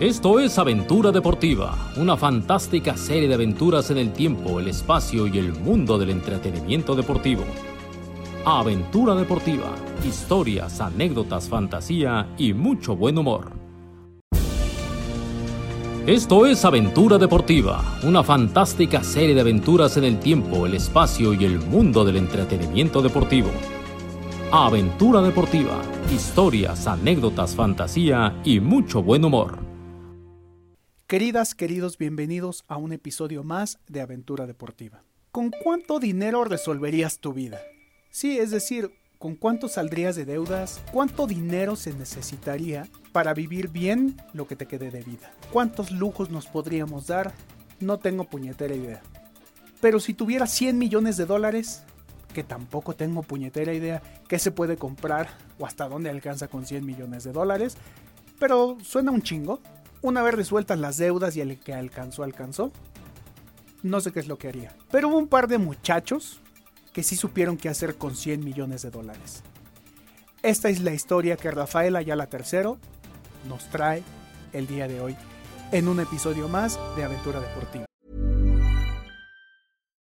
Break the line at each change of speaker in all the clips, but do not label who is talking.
Esto es Aventura Deportiva, una fantástica serie de aventuras en el tiempo, el espacio y el mundo del entretenimiento deportivo. Aventura Deportiva, historias, anécdotas, fantasía y mucho buen humor. Esto es Aventura Deportiva, una fantástica serie de aventuras en el tiempo, el espacio y el mundo del entretenimiento deportivo. Aventura Deportiva, historias, anécdotas, fantasía y mucho buen humor.
Queridas, queridos, bienvenidos a un episodio más de Aventura Deportiva. ¿Con cuánto dinero resolverías tu vida? Sí, es decir, ¿con cuánto saldrías de deudas? ¿Cuánto dinero se necesitaría para vivir bien lo que te quede de vida? ¿Cuántos lujos nos podríamos dar? No tengo puñetera idea. Pero si tuviera 100 millones de dólares, que tampoco tengo puñetera idea qué se puede comprar o hasta dónde alcanza con 100 millones de dólares, pero suena un chingo. Una vez resueltas las deudas y el que alcanzó, alcanzó. No sé qué es lo que haría. Pero hubo un par de muchachos que sí supieron qué hacer con 100 millones de dólares. Esta es la historia que Rafael Ayala III nos trae el día de hoy en un episodio más de Aventura Deportiva.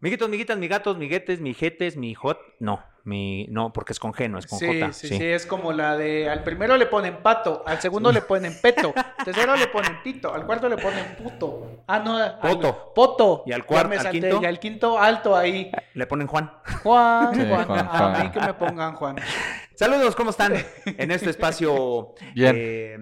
Miguitos, miguitas, migatos, miguetes, mijetes, mijot. No, mi, no, porque es con G, no es con
Sí,
J.
sí, sí, es como la de al primero le ponen pato, al segundo le ponen peto, al tercero le ponen pito, al cuarto le ponen puto. Ah, no, al-
Poto.
Poto.
Y al cuar-
Ya me
al
salté,
quinto.
Y al quinto alto ahí.
Le ponen Juan.
Juan,
Sí,
Juan,
Juan,
a mí
Juan.
que me pongan Juan.
Saludos, ¿cómo están? En este espacio.
Bien.
eh,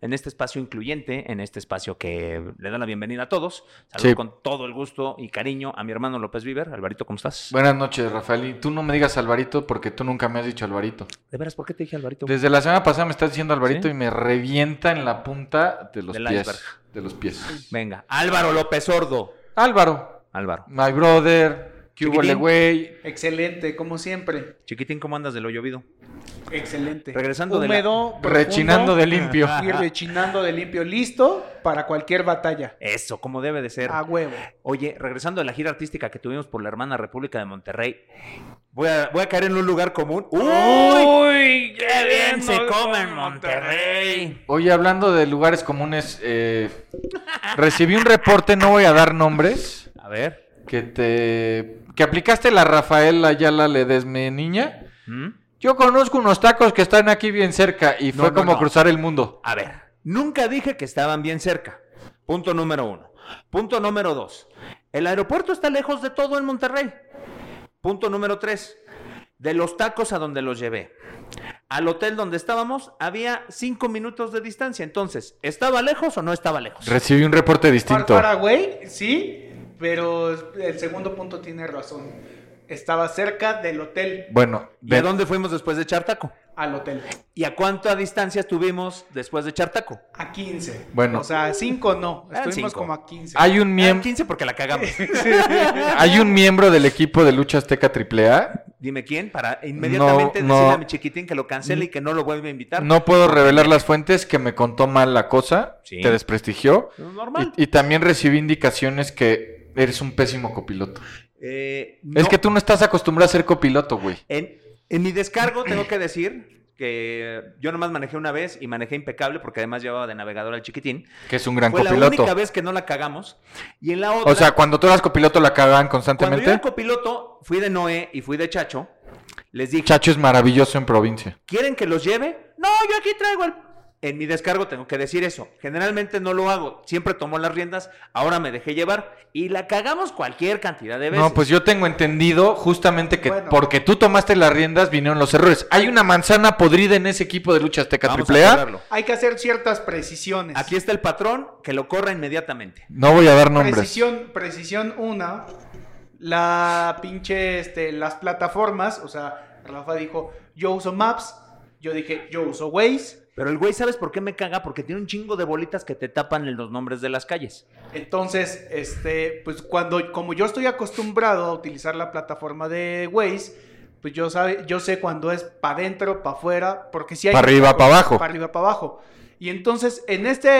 en este espacio incluyente, en este espacio que le da la bienvenida a todos. Saludos
Sí.
con todo el gusto y cariño a mi hermano López Viver. Alvarito, ¿cómo estás?
Buenas noches, Rafael. Y tú no me digas Alvarito porque tú nunca me has dicho Alvarito.
¿De veras por qué te dije Alvarito?
Desde la semana pasada me estás diciendo
¿Sí?
Alvarito y me revienta en la punta de los
Del
pies.
iceberg.
De los pies.
Venga, Álvaro López Sordo.
Álvaro,
Álvaro.
my brother, que hubo
Chiquitín.
le güey.
Excelente, como siempre.
Chiquitín, ¿cómo andas de lo llovido?
Excelente.
Regresando de la-
Húmedo, profundo
Rechinando de limpio.
y rechinando de limpio, listo para cualquier batalla.
Eso, como debe de ser.
A huevo.
Oye, regresando a la gira artística que tuvimos por la hermana República de Monterrey, voy a, voy a caer en un lugar común. ¡Uy! ¡Qué bien se come en Monterrey!
Oye, hablando de lugares comunes, eh, recibí un reporte, no voy a dar nombres,
A ver.
que te que aplicaste la Rafael Ayala Ledesme niña.
¿Mm?
Yo conozco unos tacos que están aquí bien cerca y
No,
fue
no,
como
no.
cruzar el mundo.
A ver, nunca dije que estaban bien cerca. Punto número uno. Punto número dos. El aeropuerto está lejos de todo en Monterrey. Punto número tres. De los tacos a donde los llevé. Al hotel donde estábamos había cinco minutos de distancia. Entonces, ¿estaba lejos o no estaba lejos?
Recibí un reporte distinto.
Para Paraguay, sí, pero el segundo punto tiene razón. Estaba cerca del hotel
Bueno,
¿Y
ven-
a dónde fuimos después de echar taco?
al hotel.
¿Y a cuánta distancia estuvimos después de echar taco?
A 15.
Bueno.
O sea, 5 no.
Eran
Estuvimos
cinco.
como a 15.
hay un
Bien.
miembro
15 Ah, porque la cagamos.
hay un miembro del equipo de lucha azteca AAA.
Dime quién para inmediatamente
No, no.
decirle a mi chiquitín que lo cancele y que no lo vuelva a invitar.
No puedo revelar las fuentes que me contó mal la cosa,
Sí.
te desprestigió
Normal.
y, y también recibí indicaciones que eres un pésimo copiloto.
Eh,
Es
no.
que tú no estás acostumbrado a ser copiloto, güey.
En, en mi descargo tengo que decir que yo nomás manejé una vez y manejé impecable porque además llevaba de navegador al chiquitín.
Que es un gran
Fue la
copiloto.
única vez que no la cagamos. Y en la otra...
O sea, cuando tú eras copiloto la cagaban
cuando yo era
constantemente.
copiloto, fui de Noé y fui de Chacho. Les dije,
Chacho es maravilloso en provincia.
¿Quieren que los lleve? No, yo aquí traigo el... En mi descargo tengo que decir eso. Generalmente no lo hago. Siempre tomo las riendas. Ahora me dejé llevar. Y la cagamos cualquier cantidad de veces.
No, pues yo tengo entendido justamente que
Bueno.
porque tú tomaste las riendas vinieron los errores. Hay una manzana podrida en ese equipo de lucha azteca
Vamos a
AAA.
arreglarlo.
Hay que hacer ciertas precisiones.
Aquí está el patrón. Que lo corra inmediatamente.
No voy a dar nombres.
Precisión, precisión 1. La pinche, este, las plataformas. O sea, Rafa dijo, yo uso Maps. Yo dije, yo uso Waze,
Pero el güey, ¿sabes por qué me caga? Porque tiene un chingo de bolitas que te tapan los nombres de las calles.
Entonces, este, pues cuando, como yo estoy acostumbrado a utilizar la plataforma de Waze, pues yo, sabe, yo sé cuando es para adentro, para afuera, porque si hay...
Pa' arriba, pa' abajo.
Para arriba, para abajo. Y entonces, en esta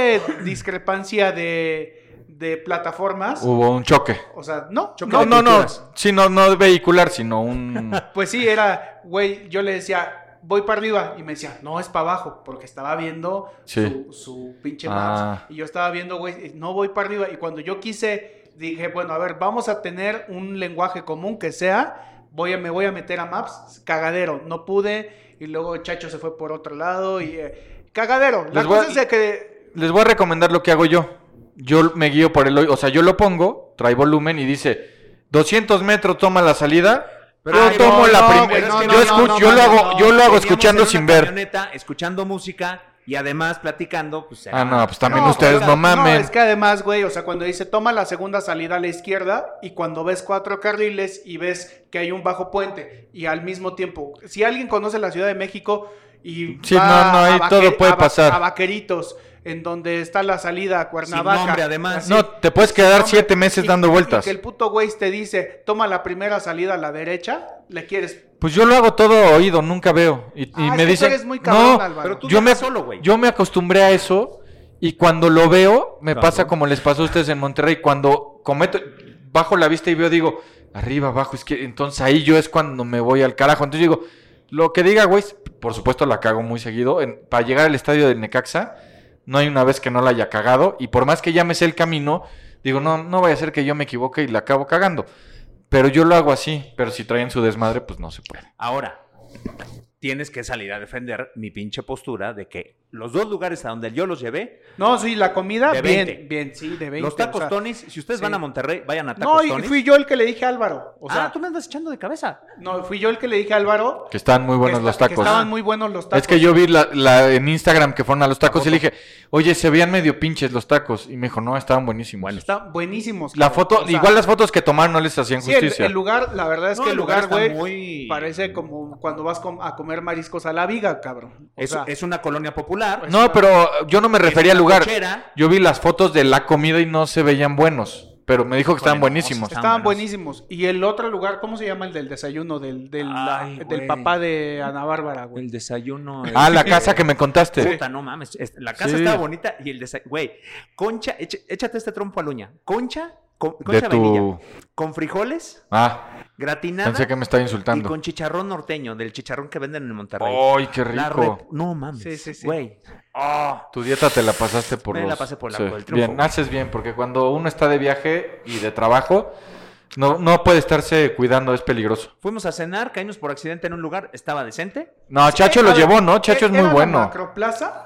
discrepancia de, de plataformas,
Hubo un Uh. choque.
o sea, no,
Choque
no,
No,
de
no, no.
culturas.
Sí, no, no vehicular, sino un.
pues sí, era, güey, yo le decía, voy para arriba, y me decía, no, es para abajo, porque estaba viendo
Sí.
su, su pinche
Ah.
mouse. Y yo estaba viendo, güey, no voy para arriba. Y cuando yo quise, dije, bueno, a ver, vamos a tener un lenguaje común que sea, voy a, me voy a meter a Maps, cagadero, no pude, y luego Chacho se fue por otro lado, y eh, cagadero. La
Les voy a-
cosa es de que,
Les voy a recomendar lo que hago yo. Yo me guío por el hoyo. O sea, yo lo pongo, trae volumen y dice 200 metros toma la salida.
Pero
yo
ahí
tomo
voy,
la
no,
primera.
güey, no, no,
yo
no,
escucho-
no,
yo
no,
lo hago,
no.
yo lo hago
Veníamos
escuchando
en
sin
una
ver.
camioneta, escuchando música y además platicando. Pues,
Ah, no, pues también
No,
ustedes
o sea,
no mamen.
es que además, güey, o sea, cuando dice toma la segunda salida a la izquierda y cuando ves cuatro carriles y ves que hay un bajo puente y al mismo tiempo, si alguien conoce la Ciudad de México y
Sí, no, no, ahí todo puede
a Va-
pasar.
a Vaqueritos, en donde está la salida a Cuernavaca.
nombre, además.
así,
No, te puedes quedar
nombre,
siete meses
y-
dando
y
vueltas.
que el puto güey te dice, toma la primera salida a la derecha, le quieres.
Pues yo lo hago todo oído, nunca veo. Y,
Ah, es
y
que
me
tú
dicen,
eres muy cabrón,
no,
Álvaro".
Pero tú
yo me,
viajas solo, güey.
yo me acostumbré a eso y cuando lo veo me
Claro.
pasa como les pasó a ustedes en Monterrey. Cuando cometo, bajo la vista y veo, digo, arriba, abajo, izquierda. Entonces ahí yo es cuando me voy al carajo. Entonces digo, lo que diga, güey, por supuesto la cago muy seguido. En- para llegar al estadio del Necaxa, no hay una vez que no la haya cagado. Y por más que ya me sé el camino, digo, no, no vaya a ser que yo me equivoque y la acabo cagando. Pero yo lo hago así, pero si traen su desmadre, pues no se puede.
Ahora, tienes que salir a defender mi pinche postura de que los dos lugares a donde yo los llevé,
No, sí, la comida,
De
bien,
20.
bien, sí, de 20.
los
o sea,
tacos Tonis, si ustedes
sí.
van a Monterrey, vayan a tacos
No, y
Tonis.
fui yo el que le dije a Álvaro. O sea,
ah, tú me andas echando de cabeza.
No, fui yo el que le dije a Álvaro.
Que están muy buenos
que
los
esta- que
tacos.
estaban muy buenos los tacos.
Es que yo vi la, la- en Instagram que fueron a los tacos y le dije, oye, se veían medio pinches los tacos. Y me dijo, no, estaban buenísimos.
Están buenísimos.
la
cabrón.
foto,
O sea,
igual las fotos que tomaron no les hacían
sí, el-
justicia.
el, lugar, la verdad es
No,
que
el
el
lugar
lugar, güey,
está muy-
parece como cuando vas com- a comer mariscos a la viga, cabrón. O
Es,
sea,
es una colonia popular.
Pues,
no, pero yo no me refería al
una
lugar.
cochera.
Yo vi las fotos de la comida y no se veían buenos. Pero me dijo que estaban
Híjole, no,
buenísimos.
sí
estaban
buenos.
buenísimos. Y el otro lugar, ¿cómo se llama el del desayuno? Del, del,
Ay,
del
güey.
papá de Ana Bárbara, güey.
El desayuno.
Ah, la casa que me contaste.
Puta, no mames. es- La casa
Sí.
estaba bonita y el desayuno. Güey, concha, eche- échate este trompo a la uña. Concha, con,
De
concha vainilla.
tu...
Con frijoles,
Ah,
gratinada.
pensé que me estaba
y
insultando.
con chicharrón norteño, del chicharrón que venden en Monterrey.
Ay, Oh, qué
La
rico.
rep- No mames.
Sí, sí, sí.
Güey. Ah,
Tu dieta te la pasaste por
Me la
los...
pasé por la-
sí,
por el triunfo,
Bien,
güey.
haces bien, porque cuando uno está de viaje y de trabajo, no, no puede estarse cuidando, es peligroso.
Fuimos a cenar, caímos por accidente en un lugar, estaba decente.
No, Chacho lo
Eh, A ver,
llevó, ¿no? Chacho es
¿era
muy
la
bueno.
Macroplaza?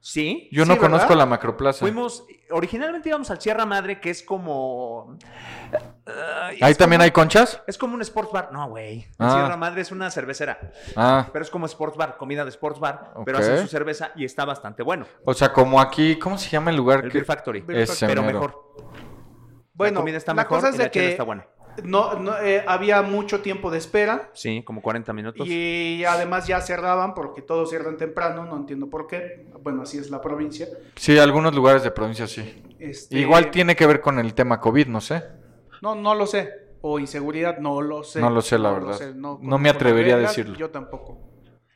Sí.
Yo
Sí,
no
¿verdad?
conozco la macroplaza.
Fuimos, originalmente íbamos al Sierra Madre, que es como. Ay,
¿Ahí
es
también
como-
hay conchas?
Es como un sports bar. No, güey. El
Ah.
Sierra Madre es una cervecera.
Ah,
Pero es como sports bar, comida de sports bar. Pero
Ok.
hacen su cerveza y está bastante bueno.
o sea, como aquí, ¿cómo se llama el lugar?
El
que-
Beer Factory.
Beer
Ese
pero
mero.
mejor.
Bueno,
la comida está
la
mejor
cosa es
y
de
la chela
que
está buena.
no, no, eh, había mucho tiempo de espera.
Sí, como 40 minutos.
Y además ya cerraban porque todos cierran temprano, no entiendo por qué. Bueno, así es la provincia.
Sí, algunos lugares de provincia sí.
Este,
Igual tiene que ver con el tema COVID, no sé.
No, no lo sé. O inseguridad, no lo sé.
No lo sé, la verdad. No
conozco
me
las
atrevería a
reglas,
decirlo.
Yo tampoco.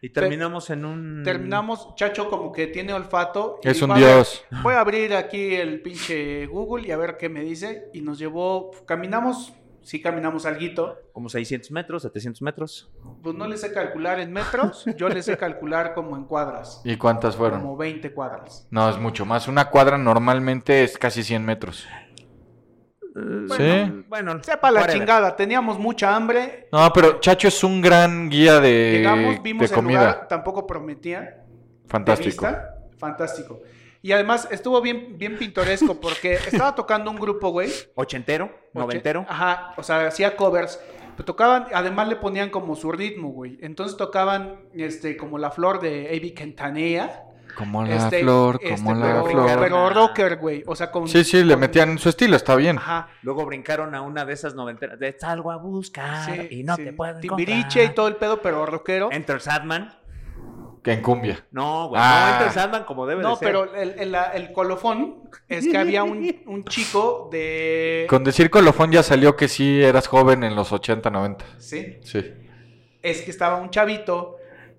Y terminamos en un.
Terminamos, Chacho como que tiene olfato. y
Es un
dijo, "A ver,
dios.
voy a abrir aquí el pinche Google y a ver qué me dice. Y nos llevó, caminamos, sí caminamos alguito.
Como 600 metros, 700 metros.
Pues no le sé calcular en metros, yo le sé calcular como en cuadras.
¿Y cuántas fueron?
Como 20 cuadras.
No, es mucho más. Una cuadra normalmente es casi 100 metros.
Bueno, bueno,
Sepa la
whatever.
chingada, teníamos mucha hambre.
No, pero Chacho es un gran guía Eh, de,
Llegamos, vimos
de
el
comida.
lugar, tampoco prometía.
Fantástico.
de vista, fantástico. Y además estuvo bien, bien pintoresco porque estaba tocando un grupo, güey.
Ochentero, noventero.
Ajá, o sea, hacía covers. Pero tocaban, además le ponían como su ritmo, güey. Entonces tocaban este, como la flor de Avi Quintanilla.
Como la
Este,
flor,
este,
como la
pero,
flor.
Pero rocker, güey. O sea, con.
Sí, sí, le
con-
metían en su estilo, está bien.
Ajá.
Luego brincaron a una de esas noventeras. De salgo a buscar
sí,
Ah, y no
sí.
te puedo
Timbiriche y todo el pedo, pero rockero.
Enter Sadman.
Que en cumbia.
No, güey.
Ah.
No, entonces andan como deben
No,
de ser.
pero el, el- la- el colofón es que había un, un chico de...
Con decir colofón ya salió que sí eras joven en los 80, 90.
Sí,
Sí.
es que estaba un chavito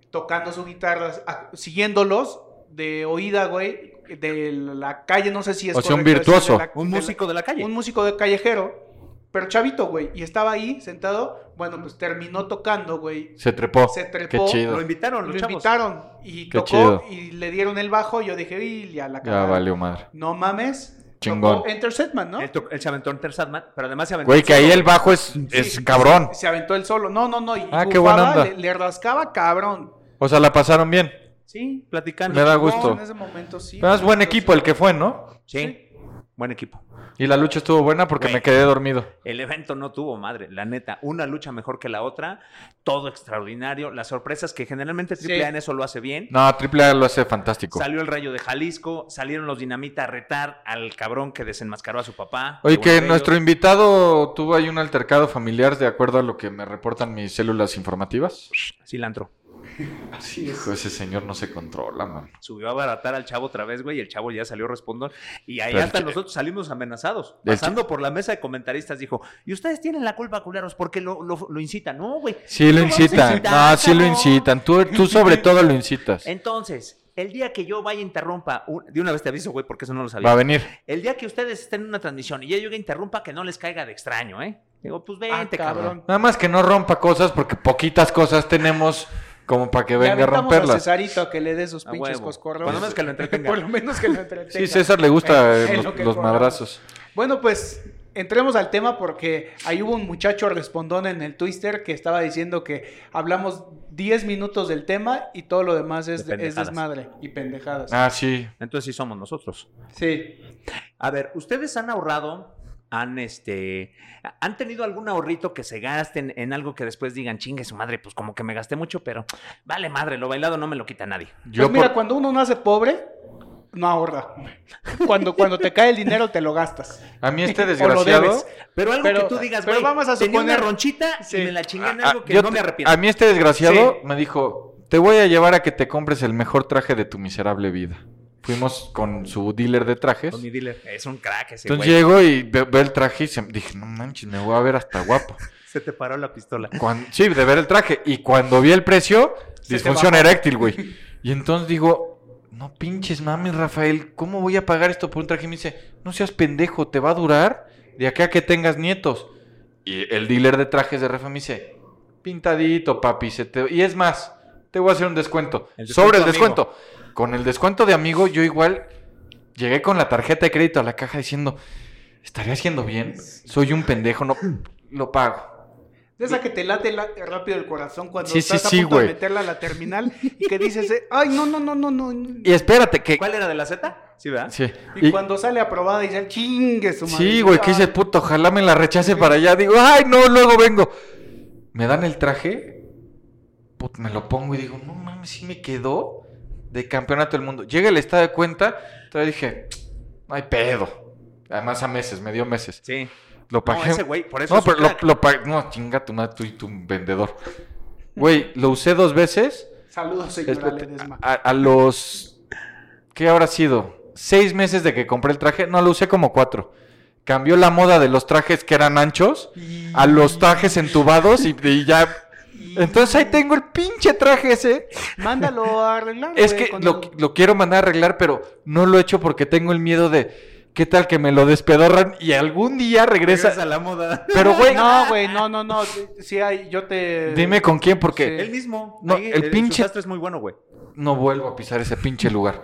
tocando su guitarra, a- siguiéndolos de oída, güey, de la calle, no sé si es...
O sea, un
correcto
virtuoso.
decir de la-
Un
de la-
músico de la calle.
un músico de callejero, pero chavito, güey, y estaba ahí sentado, bueno, pues terminó tocando, güey.
Se trepó.
Se trepó.
Qué
Lo
chido.
invitaron,
Lo
los chavos.
invitaron y
Qué
tocó
chido.
y le dieron el bajo, yo dije, y ya la
Ya
cagada".
valió madre.
No mames.
Chingón.
Tocó Enter Sandman, ¿no?
Él, to- él se aventó en Ter Sandman, pero además se aventó.
Güey, que ahí el bajo es, es cabrón.
Se aventó el solo. No, no, no. Y
Ah, qué buena
bufaba,
onda.
Le, le rascaba, cabrón.
O sea, la pasaron bien.
Sí, platicando.
Me da
No,
gusto.
en ese momento sí.
Pero es buen equipo el que fue, ¿no?
Sí. Buen equipo.
Y la lucha estuvo buena porque
Güey.
me quedé dormido.
El evento no tuvo madre, la neta. Una lucha mejor que la otra. Todo extraordinario. Las sorpresas que generalmente Triple
Sí.
A en eso lo hace bien.
No, Triple A lo hace fantástico.
Salió el rayo de Jalisco. Salieron los dinamita a retar al cabrón que desenmascaró a su papá.
Oye,
Uno
que
de ellos.
nuestro invitado tuvo ahí un altercado familiar, de acuerdo a lo que me reportan mis células informativas.
Cilantro.
Hijo, ese señor no se controla, man.
Subió a abaratar al chavo otra vez, güey, y el chavo ya salió respondón. Y ahí
Pero el
hasta
ch-
nosotros salimos amenazados.
El ch-
Pasando por la mesa de comentaristas, dijo: Y ustedes tienen la culpa, culeros, porque lo, lo, lo incitan. No, güey.
Sí lo
No vamos a
incitan.
incitar,
No, sí lo
cabrón.
incitan. Tú, tú sobre todo lo incitas.
Entonces, el día que yo vaya e interrumpa, un- de una vez te aviso, güey, porque eso no lo sabía.
Va a venir.
El día que ustedes estén en una transmisión y yo llegue e interrumpa, que no les caiga de extraño, ¿eh? Digo, pues
Ah,
vente, cabrón.
cabrón.
Nada más que no rompa cosas porque poquitas cosas tenemos como para que
Le
venga a
aventamos A
romperlas.
Cesarito a que le dé sus
A
pinches
huevo.
coscorros.
Por lo menos que lo entretenga.
Por lo menos que lo entretenga.
Sí, César le gusta
Es-
eh,
es
los,
lo que
los
cobramos.
madrazos.
Bueno, pues entremos al tema porque ahí hubo un muchacho respondón en el Twister que estaba diciendo que hablamos 10 minutos del tema y todo lo demás es,
De
es
pendejadas.
desmadre y pendejadas.
Ah, sí.
Entonces sí somos nosotros.
Sí.
A ver, ¿ustedes han ahorrado? ¿Han, este, ¿Han tenido algún ahorrito que se gasten en algo que después digan, chingue su madre, pues como que me gasté mucho, pero vale madre, lo bailado no me lo quita nadie?
Yo
Pues mira,
por-
cuando uno nace pobre, no ahorra. Cuando, cuando te cae el dinero, te lo gastas.
A mí este
o lo
desgraciado.
debes.
Pero algo
Pero-
que tú digas,
pero
güey,
vamos a
tenía
suponer-
una ronchita
Sí.
y me la chingué en
Ah,
algo que
yo
no
te-
me arrepiento.
A mí este desgraciado
Sí.
me dijo, te voy a llevar a que te compres el mejor traje de tu miserable vida. Fuimos con su dealer de trajes.
Con mi dealer, es un crack ese
Entonces
güey.
llego y ve- veo el traje y se- dije, no manches, me voy a ver hasta guapo.
Se te paró la pistola.
Cuan- sí, de ver el traje. Y cuando vi el precio,
Se
disfunción
te bajó.
eréctil, güey. Y entonces digo, no pinches mames, Rafael, ¿cómo voy a pagar esto por un traje? Y me dice, no seas pendejo, te va a durar de acá que tengas nietos. Y el dealer de trajes de Rafa me dice, pintadito, papi. se te- Y es más, te voy a hacer un descuento.
El descuento
Sobre el
amigo.
descuento. Con el descuento de amigo, yo igual llegué con la tarjeta de crédito a la caja diciendo, ¿estaré haciendo bien? Soy un pendejo, no lo pago.
De esa que te late la- rápido el corazón cuando
Sí, sí,
estás
sí,
a punto
güey.
de meterla a la terminal y que dices, eh, ay, no, no, no, no, no.
Y espérate, que.
¿Cuál era de la Z? Sí, ¿verdad?
Sí.
Y,
Y-
cuando sale aprobada y ya chingue su madre.
sí, güey, que dices, puto, ojalá me la rechace para allá. Digo, ay, no, luego vengo. Me dan el traje, put, me lo pongo y digo, no mames, sí me quedó de campeonato del mundo. Llega el estado de cuenta, entonces dije, no hay pedo. Además, a meses, me dio meses.
Sí.
Lo pagué.
ese güey, por eso
No,
es un
pero lo,
crack.
lo pagué. No, chinga tu madre, tú y tu vendedor. Güey, lo usé dos veces.
Saludos, señora
Espérate,
Ledesma.
a, a los. ¿Qué habrá sido? Seis meses de que compré el traje. No, lo usé como cuatro. Cambió la moda de los trajes que eran anchos a los trajes entubados y, y ya. Entonces ahí tengo el pinche traje ese.
Mándalo a arreglar.
Es
güey,
que
con
lo,
el-
lo quiero mandar a arreglar, pero no lo he hecho porque tengo el miedo de. ¿Qué tal que me lo despedorran y algún día regresa?
la moda.
Pero, güey,
No, güey, no, no, no. Sí, hay, yo te.
dime con quién porque.
Él mismo.
No, el
su
pinche-
sastre es muy bueno, güey.
no vuelvo a pisar ese pinche lugar.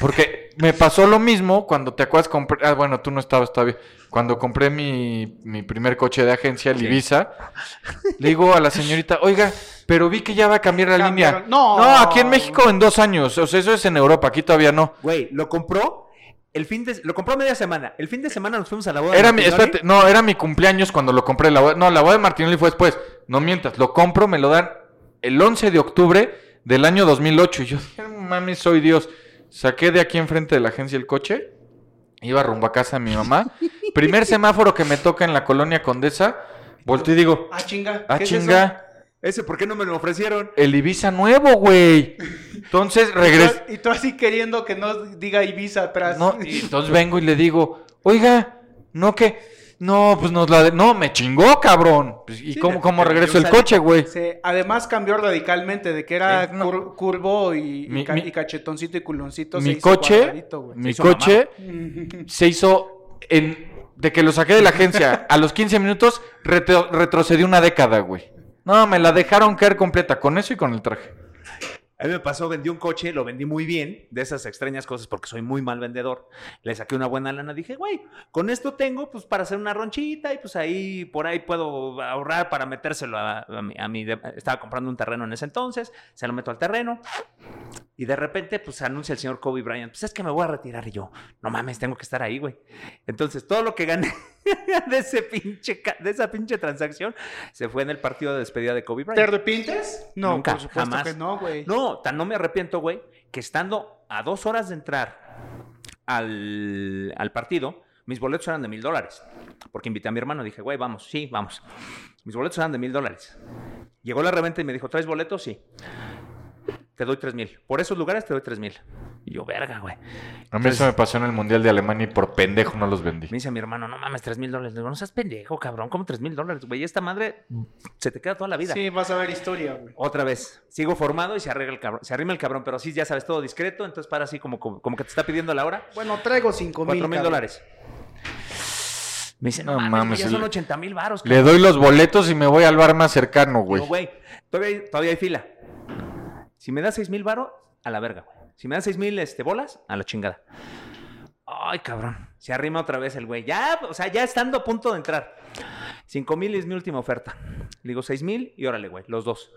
Porque me pasó lo mismo cuando te acuerdas compré, ah, bueno, tú no estabas todavía, cuando compré mi, mi primer coche de agencia, el
Sí.
Ibiza, le digo a la señorita, oiga, pero vi que ya va a cambiar la
Cambiaron.
línea.
No.
aquí en México en dos años, o sea, eso es en Europa, aquí todavía no.
Güey, lo compró el fin de... Lo compró media semana. El fin de semana nos fuimos a la boda.
Era
de
mi,
Martinoli.
espérate, no, era mi cumpleaños cuando lo compré. La boda- no, la boda de Martinelli fue después. No mientas, lo compro, me lo dan el 11 de octubre del año 2008. Y yo, mami, soy Dios. Saqué de aquí enfrente de la agencia el coche, iba rumbo a casa de mi mamá. Primer semáforo que me toca en la colonia Condesa, volteé y digo,
Ah, chinga.
ah,
¿qué es eso?
chinga,
Ese, ¿por qué no me lo ofrecieron?
el Ibiza nuevo, güey. Entonces regresé.
Y tú así queriendo que no diga Ibiza atrás.
No, y entonces vengo y le digo, oiga, no que. No, pues nos la. de- No, me chingó, cabrón. Pues, ¿Y
Sí,
cómo,
le-
cómo
le
regreso
metió
el
un
coche, güey?
Se- además cambió radicalmente de que era
Sí, no.
cur- curvo y, y
Mi-
ca-
mi-
y cachetoncito y culoncito. se
Mi
hizo
coche.
cuadradito, güey.
Mi
hizo
coche
Mm.
se hizo. En, de que lo saqué de la agencia a los 15 minutos, retro- retrocedí una década, güey. No, me la dejaron caer completa con eso y con el traje.
A mí me pasó, vendí un coche, lo vendí muy bien, de esas extrañas cosas, porque soy muy mal vendedor. Le saqué una buena lana, dije, güey, con esto tengo pues para hacer una ronchita y pues ahí por ahí puedo ahorrar para metérselo a, a mi, a mi de- Estaba comprando un terreno en ese entonces, se lo meto al terreno. Y de repente, pues anuncia el señor Kobe Bryant, pues es que me voy a retirar y yo, no mames, tengo que estar ahí, güey. Entonces, todo lo que gané de, ese pinche, ca- de esa pinche transacción se fue en el partido de despedida de Kobe
¿Te
Bryant.
arrepientes? No,
Nunca,
por supuesto
jamás.
que no, güey.
No, tan no me arrepiento, güey, que estando a dos horas de entrar al, al partido, mis boletos eran de mil dólares. Porque invité a mi hermano, dije, güey, vamos, sí, vamos. Mis boletos eran de mil dólares. Llegó la reventa y me dijo, ¿traes boletos? Sí. Te doy tres mil. Por esos lugares te doy tres mil. Y yo, verga, güey.
A mí
Entonces-
eso me pasó en el Mundial de Alemania y por pendejo no los vendí.
Me dice mi hermano, no mames, tres mil dólares. Le digo, no seas pendejo, cabrón, ¿cómo tres mil dólares, güey? Esta madre se te queda toda la vida.
Sí, vas a ver historia, güey.
Otra vez, sigo formado y se arregla el cabrón, se arrima el cabrón, pero sí, ya sabes, todo discreto, entonces para así como, como, como que te está pidiendo la hora,
Bueno, traigo cinco mil.
cuatro mil
cabrón.
dólares. Me dice, no,
No
mames,
mames,
güey, ya son
le-
80 mil varos.
Le doy los boletos y me voy al bar más cercano, güey.
Digo, güey, todavía, hay- todavía hay fila. Si me das 6 mil varos, a la verga, güey. Si me das 6 mil este, bolas, a la chingada. Ay, cabrón. Se arrima otra vez el güey. Ya, o sea, ya estando a punto de entrar. 5 mil es mi última oferta. Le digo 6 mil y órale, güey, los dos.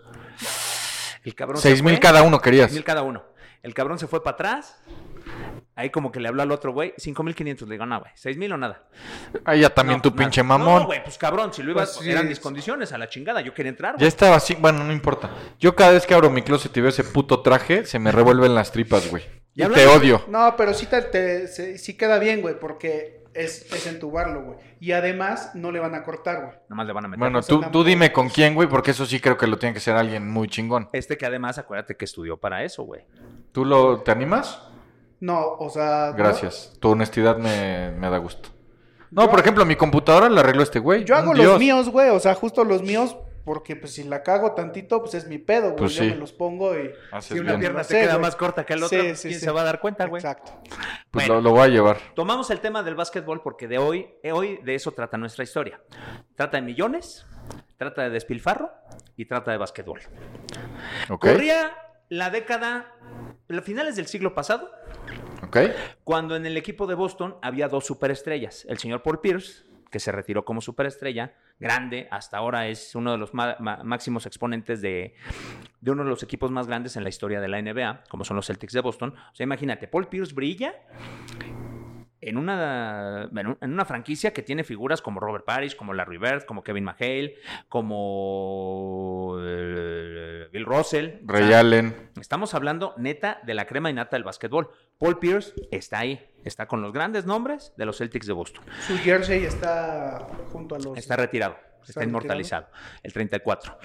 El cabrón. se
Seis mil
fue.
cada uno querías.
6 mil cada uno. El cabrón se fue para atrás. Ahí como que le habló al otro güey. 5.500. Le digo, no, güey. 6 mil o nada.
Ahí ya también
No,
tu
nada.
pinche mamón.
No, güey, pues cabrón. Si lo ibas,
Pues sí,
eran
es-
mis condiciones a la chingada. Yo quería entrar,
ya
güey.
estaba así, bueno, no importa. Yo cada vez que abro mi closet y veo ese puto traje, se me revuelven las tripas, güey.
Ya
Y te
hablando-
odio.
No, pero sí, te, te- se- sí queda bien, güey, porque es, es entubarlo, güey. Y además no le van a cortar, güey.
Nomás le van a meter.
Bueno,
no
tú,
suena
tú
muy-
dime con quién, güey, porque eso sí creo que lo tiene que ser alguien muy chingón.
Este que además, acuérdate que estudió para eso, güey.
¿Tú lo, te animas?
No, o sea...
Gracias. Tu honestidad me, me da gusto. No, por ejemplo, mi computadora la arregló este güey.
Yo, yo hago
Un
los
dios.
míos, güey, o sea, justo los míos, porque pues si la cago tantito, pues es mi pedo, güey.
Pues
yo
sí.
me los pongo y...
Haces
Si una
bien.
pierna
No
se
sé,
queda
güey.
más corta que el otro,
Sí, sí,
¿quién
sí.
se va a dar cuenta, güey?
Exacto.
Pues
Bueno.
lo, lo voy a llevar.
Tomamos el tema del básquetbol porque de hoy, eh, hoy de eso trata nuestra historia. Trata de millones, trata de despilfarro y trata de básquetbol.
¿Ok?
Corría la década, los finales del siglo pasado,
¿Ok?
cuando en el equipo de Boston había dos superestrellas. El señor Paul Pierce, que se retiró como superestrella, grande, hasta ahora es uno de los ma- ma- máximos exponentes de, de uno de los equipos más grandes en la historia de la NBA, como son los Celtics de Boston. O sea, imagínate, Paul Pierce brilla en una, en un- en una franquicia que tiene figuras como Robert Parrish, como Larry Bird, como Kevin McHale, como eh, Bill Russell. O sea,
Ray Allen.
Estamos hablando neta de la crema y nata del básquetbol. Paul Pierce está ahí, está con los grandes nombres de los Celtics de Boston.
Su jersey está junto a los...
Está retirado, está
retirado.
inmortalizado, el 34.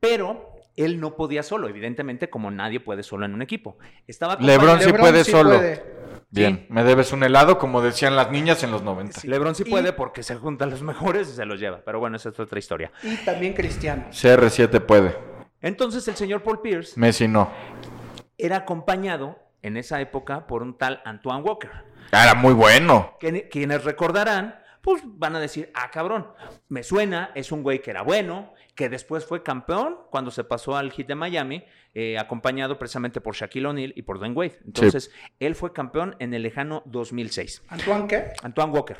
Pero él no podía solo, evidentemente, como nadie puede solo en un equipo. Estaba
LeBron sí
acompañado-
puede solo.
puede.
Bien, me debes un helado como decían las niñas en los 90.
LeBron sí
Y-
puede porque se junta a los mejores y se los lleva. Pero bueno, esa es otra historia.
Y también Cristiano.
CR7 puede.
Entonces el señor Paul Pierce
Messi no.
era acompañado en esa época por un tal Antoine Walker.
Ah, Era muy bueno.
Quien- quienes recordarán, pues van a decir, ah, cabrón, me suena, es un güey que era bueno, que después fue campeón cuando se pasó al hit de Miami, eh, acompañado precisamente por Shaquille O'Neal y por Dwayne Wade. Entonces, él fue campeón en el lejano 2006.
¿Antoine qué?
Antoine Walker.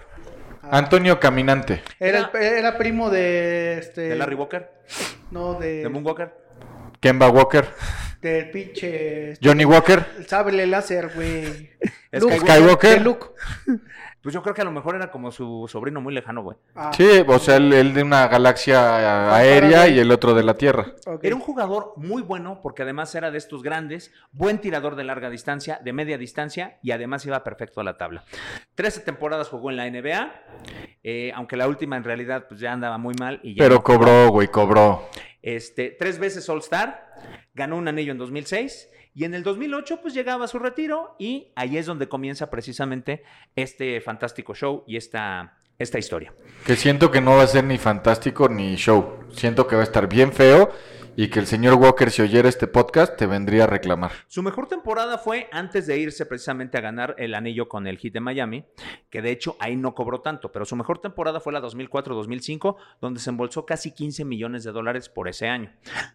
Ah.
Antonio Caminante.
Era, el- era primo de este...
¿De Larry Walker?
No, de...
¿De Moon Walker?
Kemba Walker.
Del pinche...
Johnny Walker.
El sable láser, güey.
Skywalker.
Skywalker.
De Luke.
Pues yo creo que a lo mejor era como su sobrino muy lejano, güey.
Ah,
Sí, o sea, él, él de una
Ah,
galaxia ah, aérea y el otro de la Tierra.
ok.
Era un jugador muy bueno porque además era de estos grandes, buen tirador de larga distancia, de media distancia y además iba perfecto a la tabla. Trece temporadas jugó en la NBA, eh, aunque la última en realidad pues ya andaba muy mal y ya
Pero
no.
cobró, güey, cobró.
Este, tres veces All Star, ganó un anillo en 2006 y en el 2008 pues llegaba a su retiro y ahí es donde comienza precisamente este fantástico show y esta, esta historia.
Que siento que no va a ser ni fantástico ni show. Siento que va a estar bien feo y que el señor Walker, si oyera este podcast, te vendría a reclamar.
Su mejor temporada fue antes de irse precisamente a ganar el anillo con el Heat de Miami, que de hecho ahí no cobró tanto, pero su mejor temporada fue la 2004-2005, donde se embolsó casi 15 millones de dólares por ese año.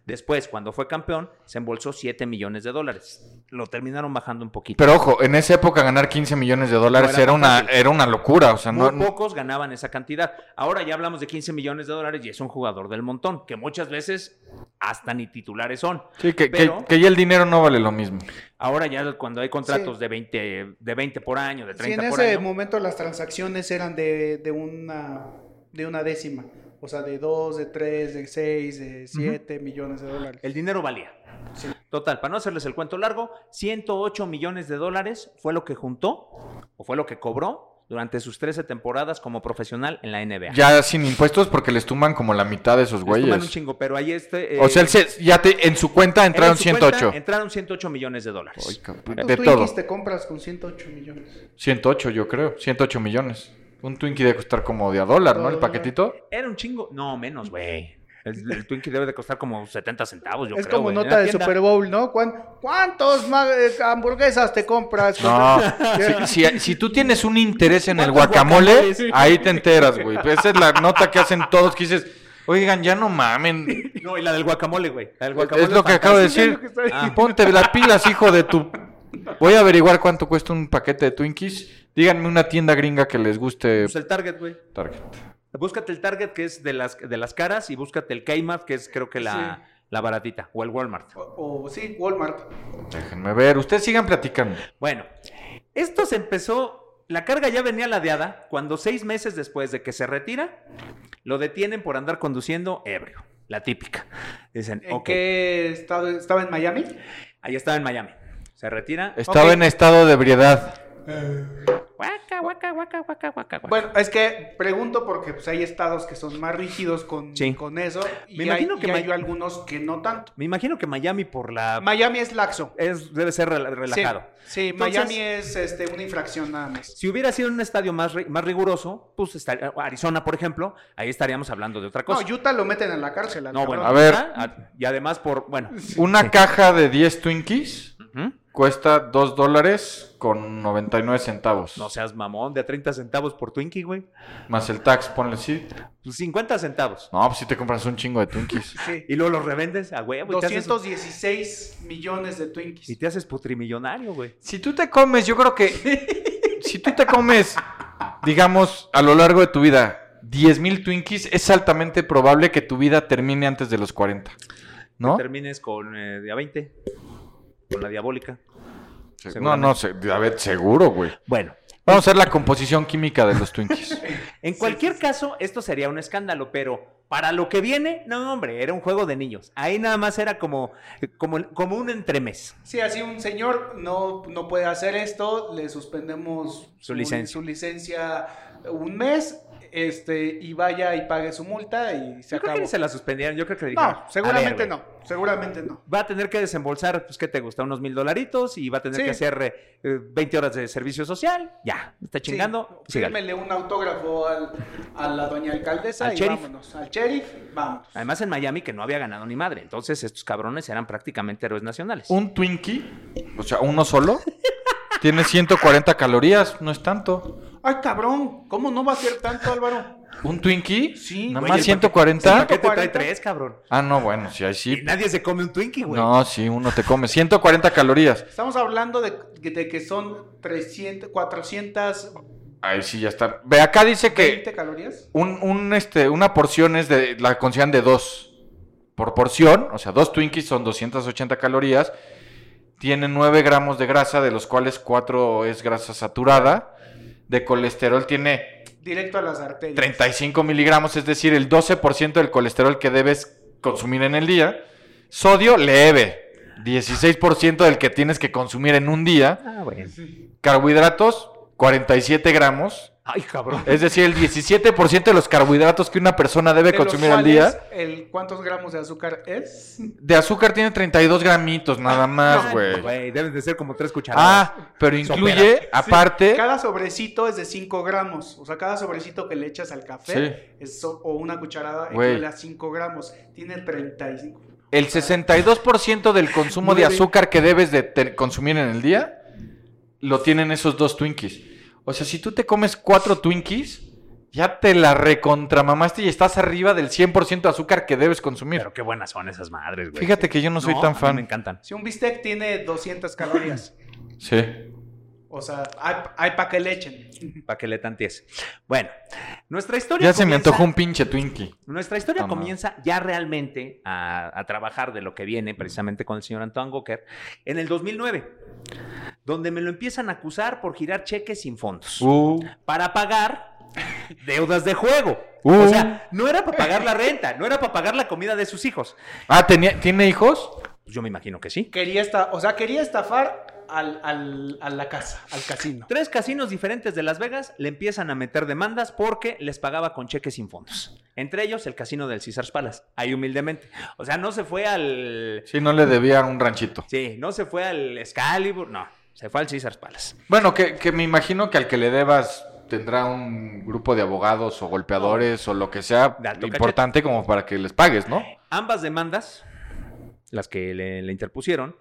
Después, cuando fue campeón, se embolsó 7 millones de dólares. Lo terminaron bajando un poquito.
Pero ojo, en esa época ganar 15 millones de dólares
No era
era, una,
fácil.
era una locura. O sea, no,
Muy pocos ganaban esa cantidad. Ahora ya hablamos de 15 millones de dólares y es un jugador del montón, que muchas veces hasta ni titulares son.
sí, que, que-
Pero-
que ya el dinero no vale lo mismo.
Ahora ya cuando hay contratos de, 20, de 20 por año, de
Sí, en
30 por
ese
año.
momento las transacciones eran de, de una, de una décima. O sea, de 2, de 3, de 6, de 7 millones de dólares.
El dinero valía. Total, para no hacerles el cuento largo, 108 millones de dólares fue lo que juntó o fue lo que cobró durante sus 13 temporadas como profesional en la NBA.
Ya sin impuestos porque les tumban como la mitad de esos
Les toman un
güeyes.
chingo, pero ahí este...
O
eh,
sea, él se- ya te- en su cuenta
en
entraron
su
108.
cuenta entraron 108 millones de dólares.
Ay, cabrón.
¿Cuántos
de
Twinkies
todo.
te compras con 108 millones?
108, yo creo. 108 millones. Un Twinkie debe costar como de a dólar, ¿no? El
Dólar.
paquetito.
Era un chingo. No, menos, güey. El, el Twinkie debe de costar como 70 centavos, yo
es
creo,
como
güey. En
nota
la
de
tienda.
Super Bowl, ¿no? ¿Cuán- ¿Cuántos ma- eh, hamburguesas te compras?
No, si, si- si tú tienes un interés en el guacamole, ahí te enteras, güey. Esa es la nota que hacen todos que dices, oigan, ya no mamen.
No, y la del guacamole, güey. La del guacamole
Es lo que acabo de decir.
Ah.
Ponte las pilas, hijo de tu... Voy a averiguar cuánto cuesta un paquete de Twinkies. Díganme una tienda gringa que les guste
Pues el Target, güey.
Target.
Búscate el Target, que es de las, de las caras, y búscate el Kmart, que es creo que la, la baratita, o el Walmart.
O, o sí, Walmart.
Déjenme ver. Ustedes sigan platicando.
Bueno, esto se empezó, la carga ya venía ladeada cuando seis meses después de que se retira, lo detienen por andar conduciendo ebrio, la típica. Dicen,
¿En
ok,
qué estado estaba en Miami?
ahí estaba en Miami. Se retira.
Estaba
Ok.
en estado de ebriedad.
Guaca, guaca, guaca, guaca, guaca, guaca.
Bueno, es que pregunto porque pues hay estados que son más rígidos con,
Sí.
con eso. Y
Me
hay-
imagino
y
que Ah.
hay
Ma-
algunos que no tanto.
Me imagino que Miami por la...
Miami es laxo.
es, debe ser rela-
Sí,
relajado.
Sí,
Entonces-
Miami es este, una infracción nada más.
Si hubiera sido en un estadio más, ri- más riguroso, pues estaría- Arizona, por ejemplo, ahí estaríamos hablando de otra
No,
cosa.
Utah lo meten en la cárcel. al
No, bueno,
cabrón.
A ver.
ah, Y además por, bueno.
Una caja de 10 Twinkies
Ujú.
cuesta 2 dólares con 99 centavos.
No seas mamón, de a 30 centavos por Twinkie, güey.
Más el tax, ponle sí.
Pues 50 centavos.
No, pues si te compras un chingo de Twinkies.
Sí.
Y luego los revendes a huevo. y te haces-
216 millones de Twinkies.
Y te haces putrimillonario, güey.
si tú te comes, yo creo que. si tú te comes, digamos, a lo largo de tu vida, 10 mil Twinkies, es altamente probable que tu vida termine antes de los 40. ¿No?
Termines con eh, de a 20. Con la diabólica.
No, no, se- a ver, seguro, güey.
Bueno,
Vamos a ver la composición química de los Twinkies.
en cualquier caso, esto sería un escándalo, pero para lo que viene, no, hombre, era un juego de niños. Ahí nada más era como, como, como un entremés.
Sí, así un señor no, no puede hacer esto, le suspendemos
Su licencia.
su licencia un mes este, y vaya y pague su multa y se
Yo creo que
acabó.
ni se la suspendieron. Yo creo que le dijeron.
No, seguramente
"A ver, güey,
no, seguramente no.
Va a tener que desembolsar, pues, ¿qué te gusta? Unos mil dolaritos y va a tener
Sí.
que hacer eh, 20 horas de servicio social. Ya, está chingando.
Sí,
sígale.
fírmele un autógrafo al- a la doña alcaldesa
Al
y
sheriff.
vámonos. Al sheriff, vamos.
Además en Miami que no había ganado ni madre. Entonces estos cabrones eran prácticamente héroes nacionales.
Un Twinkie, o sea, uno solo, tiene 140 calorías, no es tanto.
Ay, cabrón, ¿cómo no va a ser tanto, Álvaro?
¿Un Twinkie?
Sí,
Nada
Güey,
más
el paquete-
140.
El paquete trae
140.
tres, cabrón.
Ah, no, bueno, sí, ahí sí.
Y nadie se come un Twinkie, güey.
No, sí, uno te come. 140 calorías.
Estamos hablando de, de que son 300, 420
Ahí sí ya está. Ve, acá dice que
calorías.
un, un, este, una porción es de. La consideran de dos. Por porción, o sea, dos Twinkies son 280 calorías. Tiene 9 gramos de grasa, de los cuales 4 es grasa saturada. De colesterol tiene
Directo a las arterias.
35 miligramos, es decir, el 12% del colesterol que debes consumir en el día. Sodio leve, 16% del que tienes que consumir en un día.
Ah, bueno.
Carbohidratos, 47 gramos.
Ay, cabrón.
Es decir, el 17% de los carbohidratos que una persona debe
De los
consumir al
cuales,
día.
El, ¿Cuántos gramos de azúcar es?
De azúcar tiene 32 gramitos nada más, güey.
Güey, deben de ser como tres cucharadas.
ah, pero incluye, aparte,
Cada sobrecito es de 5 gramos. O sea, cada sobrecito que le echas al café es so- o una cucharada
Güey.
equivale a 5 gramos. Tiene 35.
el 62% del consumo de
Nueve.
azúcar que debes de te- consumir en el día lo tienen esos dos Twinkies. O sea, si tú te comes cuatro Twinkies, ya te la recontramamaste y estás arriba del 100% de azúcar que debes consumir.
Pero qué buenas son esas madres, güey.
Fíjate que yo no soy
No, a
tan
mí
fan.
Me encantan.
Si un bistec tiene 200 calorías,
Sí.
o sea, hay, para que le echen.
Para que le tantees. Bueno, nuestra historia.
Ya se me
comienza-
antojó un pinche Twinkie.
Nuestra historia
Toma.
comienza ya realmente a, a trabajar de lo que viene precisamente con el señor Antoine Goker en el 2009, donde me lo empiezan a acusar por girar cheques sin fondos
Uh,
para pagar deudas de juego.
Uh.
O sea, no era para pagar la renta, no era para pagar la comida de sus hijos.
Ah, ¿tenía, ¿tiene hijos?
Pues yo me imagino que sí.
Quería esta, o sea, quería estafar al, al- a la casa, al casino.
Tres casinos diferentes de Las Vegas le empiezan a meter demandas porque les pagaba con cheques sin fondos. Entre ellos el casino del Caesars Palace, ahí humildemente. O sea, no se fue al...
Sí, no le debía un ranchito.
Sí, no se fue al Excalibur, no, se fue al Caesars Palace.
Bueno, que, que me imagino que al que le debas tendrá un grupo de abogados o golpeadores o lo que sea
De alto
importante como para que les pagues, ¿no?
Ambas demandas, las que le, le interpusieron,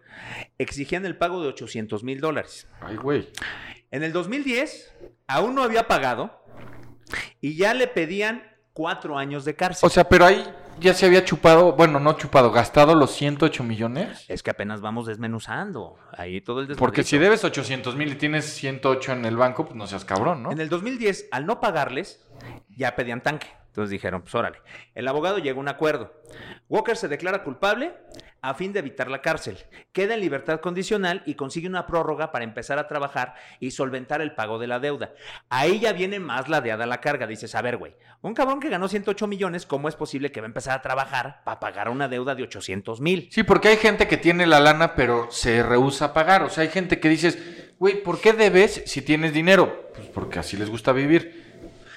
exigían el pago de 800 mil dólares.
Ay, güey.
En el 2010 aún no había pagado y ya le pedían cuatro años de cárcel.
O sea, pero ahí ya se había chupado, bueno, no chupado, gastado los 108 millones.
es que apenas vamos desmenuzando ahí todo el
Porque
desperdicio.
si debes 800 mil y tienes 108 en el banco, pues no seas cabrón, ¿no?
En el 2010, al no pagarles, ya pedían tanque. Entonces dijeron, pues órale. El abogado llegó a un acuerdo. Walker se declara culpable a fin de evitar la cárcel. Queda en libertad condicional y consigue una prórroga para empezar a trabajar y solventar el pago de la deuda. Ahí ya viene más ladeada la carga. Dices, a ver, güey, un cabrón que ganó 108 millones, ¿cómo es posible que va a empezar a trabajar para pagar una deuda de 800 mil?
Sí, porque hay gente que tiene la lana pero se rehúsa a pagar. O sea, hay gente que dices, güey, ¿por qué debes si tienes dinero? Pues porque así les gusta vivir.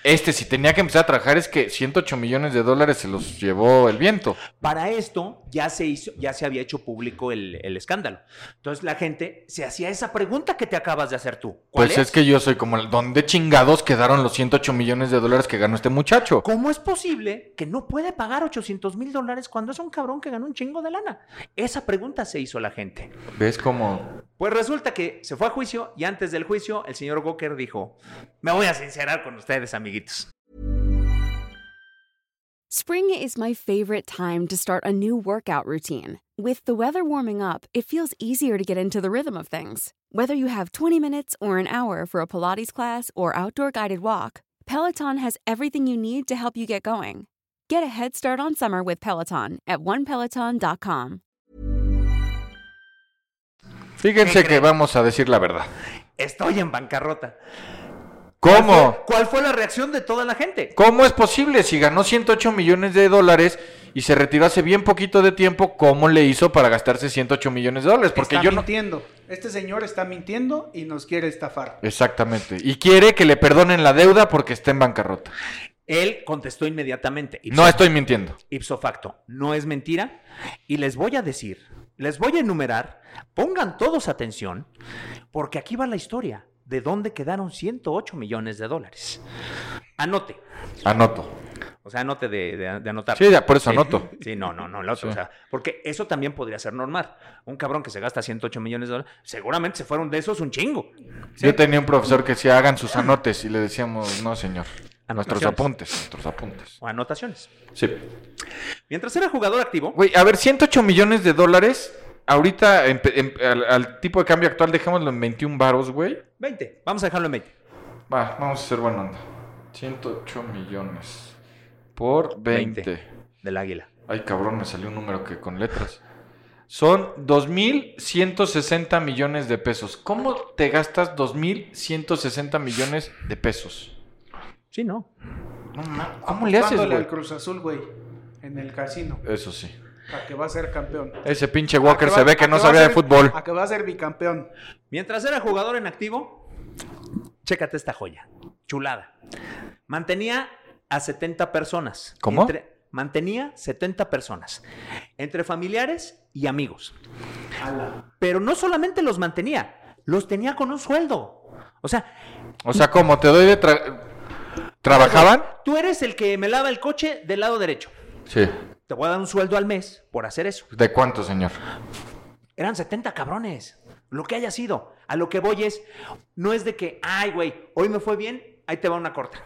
Este, si tenía que empezar a trabajar, es que 108 millones de dólares se los llevó el viento.
Para esto ya se hizo, ya se había hecho público el, el escándalo. Entonces la gente se hacía esa pregunta que te acabas de hacer tú. ¿Cuál
Pues es? que yo soy como el... ¿Dónde chingados quedaron los 108 millones de dólares que ganó este muchacho?
¿Cómo es posible que no puede pagar 800 mil dólares cuando es un cabrón que ganó un chingo de lana? Esa pregunta se hizo la gente.
¿Ves como...
Pues resulta que se fue a juicio y antes del juicio el señor Goker dijo, me voy a sincerar con ustedes, amiguitos.
Spring is my favorite time to start a new workout routine. With the weather warming up, it feels easier to get into the rhythm of things. Whether you have 20 minutes or an hour for a Pilates class or outdoor guided walk, Peloton has everything you need to help you get going. Get a head start on summer with Peloton at onepeloton.com.
Fíjense
¿Qué
que
creen?
vamos a decir la verdad.
Estoy en bancarrota. ¿Cuál fue-
¿Cómo?
¿Cuál fue la reacción de toda la gente?
¿Cómo es posible? Si ganó 108 millones de dólares y se retiró hace bien poquito de tiempo, ¿cómo le hizo para gastarse 108 millones de dólares? Porque
está
yo no...
mintiendo. Este señor está mintiendo y nos quiere estafar.
Exactamente. Y quiere que le perdonen la deuda porque está en bancarrota.
Él contestó inmediatamente. y
No estoy mintiendo.
ipso facto, no es mentira. Y les voy a decir, les voy a enumerar, pongan todos atención, porque aquí va la historia de dónde quedaron 108 millones de dólares. Anote,
Anoto.
o sea, anote de, de- de anotar.
Sí, ya, por eso anoto.
Sí, no, no, no, el otro,
Sí.
o sea, porque eso también podría ser normal. Un cabrón que se gasta 108 millones de dólares, seguramente se fueron de esos un chingo.
Yo tenía un profesor que decía, hagan sus anotes. Y le decíamos, no, señor. Nuestros
Anotaciones.
apuntes, nuestros apuntes.
O anotaciones.
Sí.
Mientras era jugador activo,
Güey, a ver, 108 millones de dólares. Ahorita, en pe- en- al, al tipo de cambio actual, dejémoslo en 21 varos, güey.
20, vamos a dejarlo en 20.
Va, vamos a ser buena onda. 108 millones por 20.
20. Del águila.
Ay, cabrón, me salió un número que con letras. Son 2.160 millones de pesos. ¿Cómo te gastas 2.160 millones de pesos?
Sí, no.
No, ma- ¿Cómo le haces,
Dándole
güey?
al Cruz Azul, güey, en el casino,
Eso sí.
para que va a ser campeón.
Ese pinche
A
Walker
va-
se ve
a
que no
va a
sabía de
ser-
fútbol.
A que va a ser bicampeón.
Mientras era jugador en activo, chécate esta joya. Chulada. Mantenía a 70 personas.
¿Cómo?
mantenía 70 personas, entre familiares y amigos. Pero no solamente los mantenía, los tenía con un sueldo. O sea,
O sea, como te doy de... tra- ¿Trabajaban?
tú eres el que me lava el coche del lado derecho.
Sí.
Te voy a dar un sueldo al mes por hacer eso.
¿De cuánto, señor?
Eran 70 cabrones. Lo que haya sido. A lo que voy es, no es de que, ay, güey, hoy me fue bien, ahí te va una corta.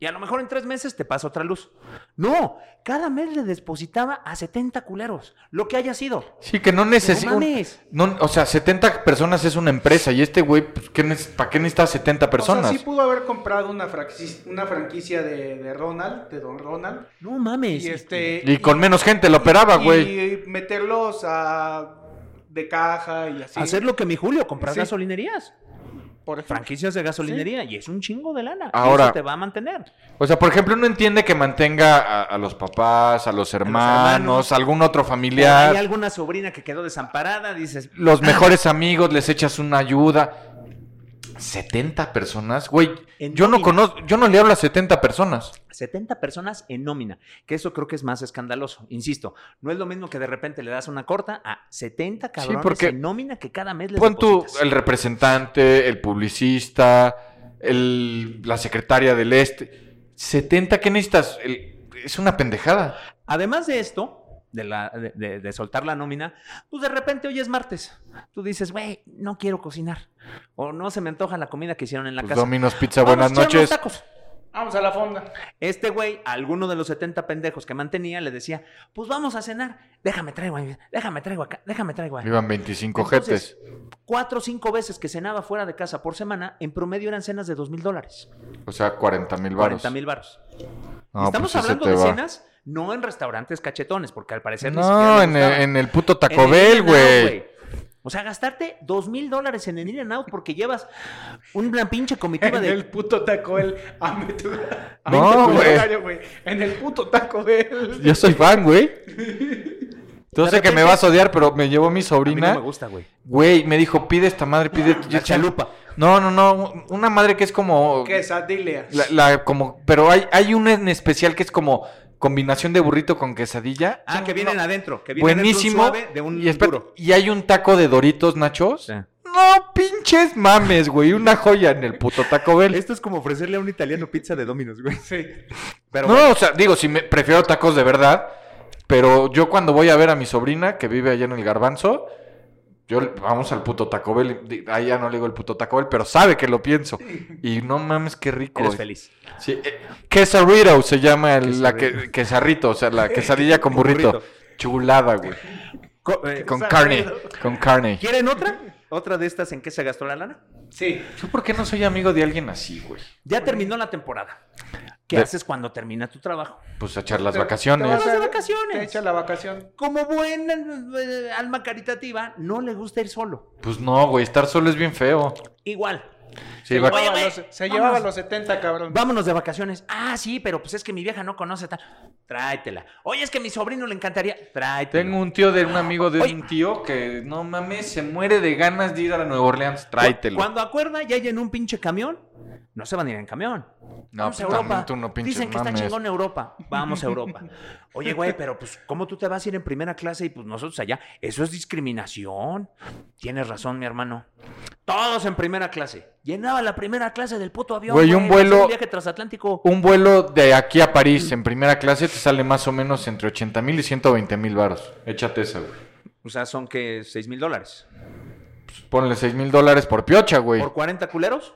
Y a lo mejor en tres meses te pasa otra luz. No, cada mes le depositaba a 70 culeros. Lo que haya sido.
Sí, que no necesito.
mames.
o sea, 70 personas es una empresa y este güey, pues, ¿qué neces- ¿para qué necesita 70 personas?
O sea, sí pudo haber comprado una, franquici- una franquicia de, de Ronald, de Don Ronald.
No mames.
Y este.
y con menos gente lo operaba, güey.
Y meterlos a. de caja y así.
Hacer lo que mi Julio, comprar
Sí.
gasolinerías.
Por ejemplo.
Franquicias de gasolinería. Y es un chingo de lana. y
Ahora-
eso te va a mantener.
O sea, por ejemplo, no entiende que mantenga a, a los papás, a los hermanos,
hermanos.
algún otro
Pero Hay
familiar,
alguna sobrina que quedó desamparada, dices,
los mejores amigos, les echas una ayuda. 70 personas, güey.
En
Yo no
nómina.
conozco, yo no le hablo a 70 personas.
70 personas en nómina, que eso creo que es más escandaloso. Insisto, no es lo mismo que de repente le das una corta a 70 cabrones
porque-
en nómina que cada mes les
Pon tú
depositas.
el representante, el publicista, el- la secretaria del este. 70, ¿qué necesitas? El- es una pendejada.
Además de esto, de, la- de- de- de soltar la nómina, pues de repente hoy es martes. Tú dices, güey, no quiero cocinar. O no se me antoja la comida que hicieron en la
Pues
casa.
Domino's Pizza,
Vamos a
buenas
echar unos
noches.
tacos.
Vamos a la fonda.
Este güey, a alguno de los 70 pendejos que mantenía, le decía, pues vamos a cenar. Déjame traigo, ahí, déjame traigo acá, déjame traigo acá.
Iban 25
Entonces,
jetes.
Cuatro o cinco veces que cenaba fuera de casa por semana, en promedio eran cenas de dos mil dólares.
O sea, 40 mil baros.
40 mil baros.
No,
Y Estamos
pues sí se
hablando
te
de
va.
cenas, no en restaurantes cachetones, porque al parecer ni siquiera
No,
le
en el,
gustaban.
en el puto
En el
Taco Bell,
In-N-Out,
güey.
O sea, gastarte dos mil dólares en el in out porque llevas una pinche comitiva
En
de...
el puto taco él. A me tu- a
No,
veinte
güey.
culeros, güey. En el puto taco él.
Yo soy fan, güey. Yo
De
sé que me
repente-
vas a odiar, pero me llevó mi
A mí no me
sobrina.
gusta, güey.
Güey, me dijo, pide esta madre, pide...
La chalupa.
No, no, no. Una madre que es como...
Ah, Quesadilla.
La, la- como, pero hay, hay una en especial que es como combinación de burrito con quesadilla.
Ah, que vienen adentro. Que vienen
Buenísimo.
de un
y, espera-
duro.
y hay un taco de Doritos Nachos.
Sí.
No pinches mames, güey. Una joya en el puto Taco Bell.
Esto es como ofrecerle a un italiano pizza de Domino's, güey.
Sí.
Pero
no, o sea, digo, si me prefiero tacos de verdad. Pero yo cuando voy a ver a mi sobrina que vive allá en el Garbanzo, yo le- vamos al puto Taco Bell. y di- Ahí ya no le digo el puto Taco Bell, pero sabe que lo pienso. Y no mames, qué rico.
eres
eh.
feliz.
Sí, eh, quesarrito se llama el- la
Quesarrito.
que, quesarrito, o sea, la quesadilla con burrito.
burrito.
Chulada, güey.
Co- eh,
Con carne, con carne.
¿Quieren otra? ¿Otra de estas en qué se gastó la lana?
Sí.
¿Yo por qué no soy amigo de alguien así, güey?
Ya terminó la temporada. ¿Qué
De-
haces cuando termina tu trabajo?
Pues a echar las
Te-
vacaciones.
te vas a-
Te vas de vacaciones.
Te echa la vacación.
Como buena eh, alma caritativa, no le gusta ir solo.
Pues no, güey, estar solo es bien feo.
Igual.
Sí, va-
Llevaba
Oye, güey,
los- se
vámonos.
llevaba los 70, cabrón.
Vámonos de vacaciones. Ah, sí, pero pues es que mi vieja no conoce tal. Tráetela. Oye, es que a mi sobrino le encantaría. Tráetela.
Tengo un tío de un amigo de
Oye.
un tío que, no mames, se muere de ganas de ir a la Nueva Orleans. Tráetelo.
Cuando acuerda, ya en un pinche camión. No se van a ir en camión.
No,
Vamos a
pues,
Europa.
también tú no pinches
Dicen que
mames.
está chingón Europa. Vamos a Europa. Oye, güey, pero pues, ¿cómo tú te vas a ir en primera clase y pues nosotros allá? Eso es discriminación. Tienes razón, mi hermano. Todos en primera clase. Llenaba la primera clase del puto avión.
Güey, un
va a ser
vuelo-
Un viaje transatlántico.
Un vuelo de aquí a París en primera clase te sale más o menos entre 80 mil y 120 mil varos. Échate esa, güey.
O sea, son que 6 mil dólares.
Ponle 6 mil dólares por piocha, güey.
¿Por 40 culeros?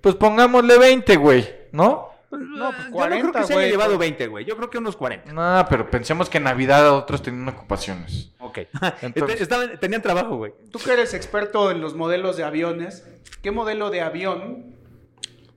Pues pongámosle 20, güey, ¿no?
No,
pues,
Yo no creo
40,
que se haya
güey,
llevado
pues.
20, güey. Yo creo que unos 40.
No, pero pensemos que en Navidad otros tenían ocupaciones.
Ok.
Entonces-
Estaban- tenían trabajo, güey.
Tú que eres experto en los modelos de aviones, ¿qué modelo de avión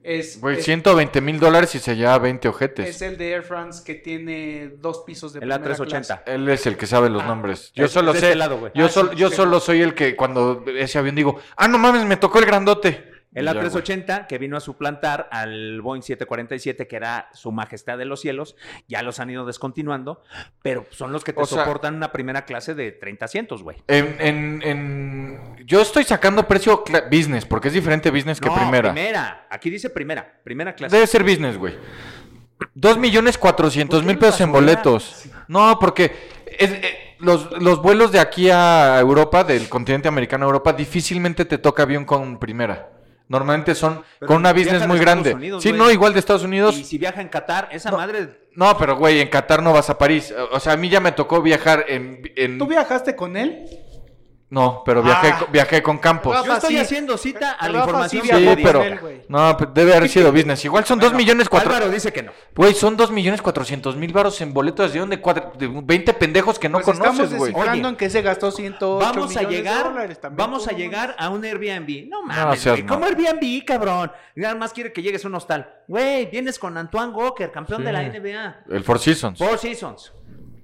es,
Güey,
Eh.
es,
120 mil dólares y se lleva 20 ojetes.
es el de Air France que tiene dos pisos de
El A380.
primera clase?
Él es el que sabe los nombres. Yo
Ah, es-
solo
es de
sé.
este lado, güey.
yo
Ah,
sol-
sí,
yo
sí.
solo soy el que cuando ese avión digo, ah, no mames, me tocó el grandote.
El
Jaguar.
A380 que vino a suplantar al Boeing 747 que era su majestad de los cielos, ya los han ido descontinuando, pero son los que te
O sea-
soportan una primera clase de 30 asientos, güey.
En, en, en- Yo estoy sacando precio cla- business, porque es diferente business que
No,
primera.
primera. Aquí dice primera, primera clase.
Debe ser business, güey. Dos millones cuatrocientos
¿Por qué
mil
no
pesos en
las boleas?
boletos. No, porque es- eh, los, los vuelos de aquí a Europa, del continente americano a Europa, difícilmente te toca avión con primera. Normalmente son
Pero
con una
viajan
business
a
muy
Estados
grande.
Unidos,
sí,
güey.
no, igual de Estados Unidos.
Y si viaja en Qatar, esa madre
No, pero güey, en Qatar no vas a París. O- O sea, a mí ya me tocó viajar en... en-
¿Tú viajaste con él?
No, pero viajé,
Ah.
con- viajé con Campos.
Rafa,
Yo estoy
sí.
haciendo cita a la
Rafa
información.
sí
que
Sí,
viajó
me
pero...
dieron.
él, güey.
Pues No, pero debe haber sido business. Igual son dos
Bueno,
millones cuatro...
Álvaro dice que no.
Güey, son 2.400.000 millones mil varos en boletos de dónde? Cuatro- de 20 pendejos que no
Pues
conoces,
estamos
güey.
descifrando
Oye.
en que se gastó 108
Vamos a
millones de
llegar,
dólares también,
vamos
tú
a
no
llegar a un Airbnb. No
No
mames,
seas
güey. ¿Cómo Airbnb, cabrón? Nada más quiere que llegues a un hostal. Güey, vienes con Antoine Walker, campeón de la NBA.
El Four Seasons.
Four Seasons.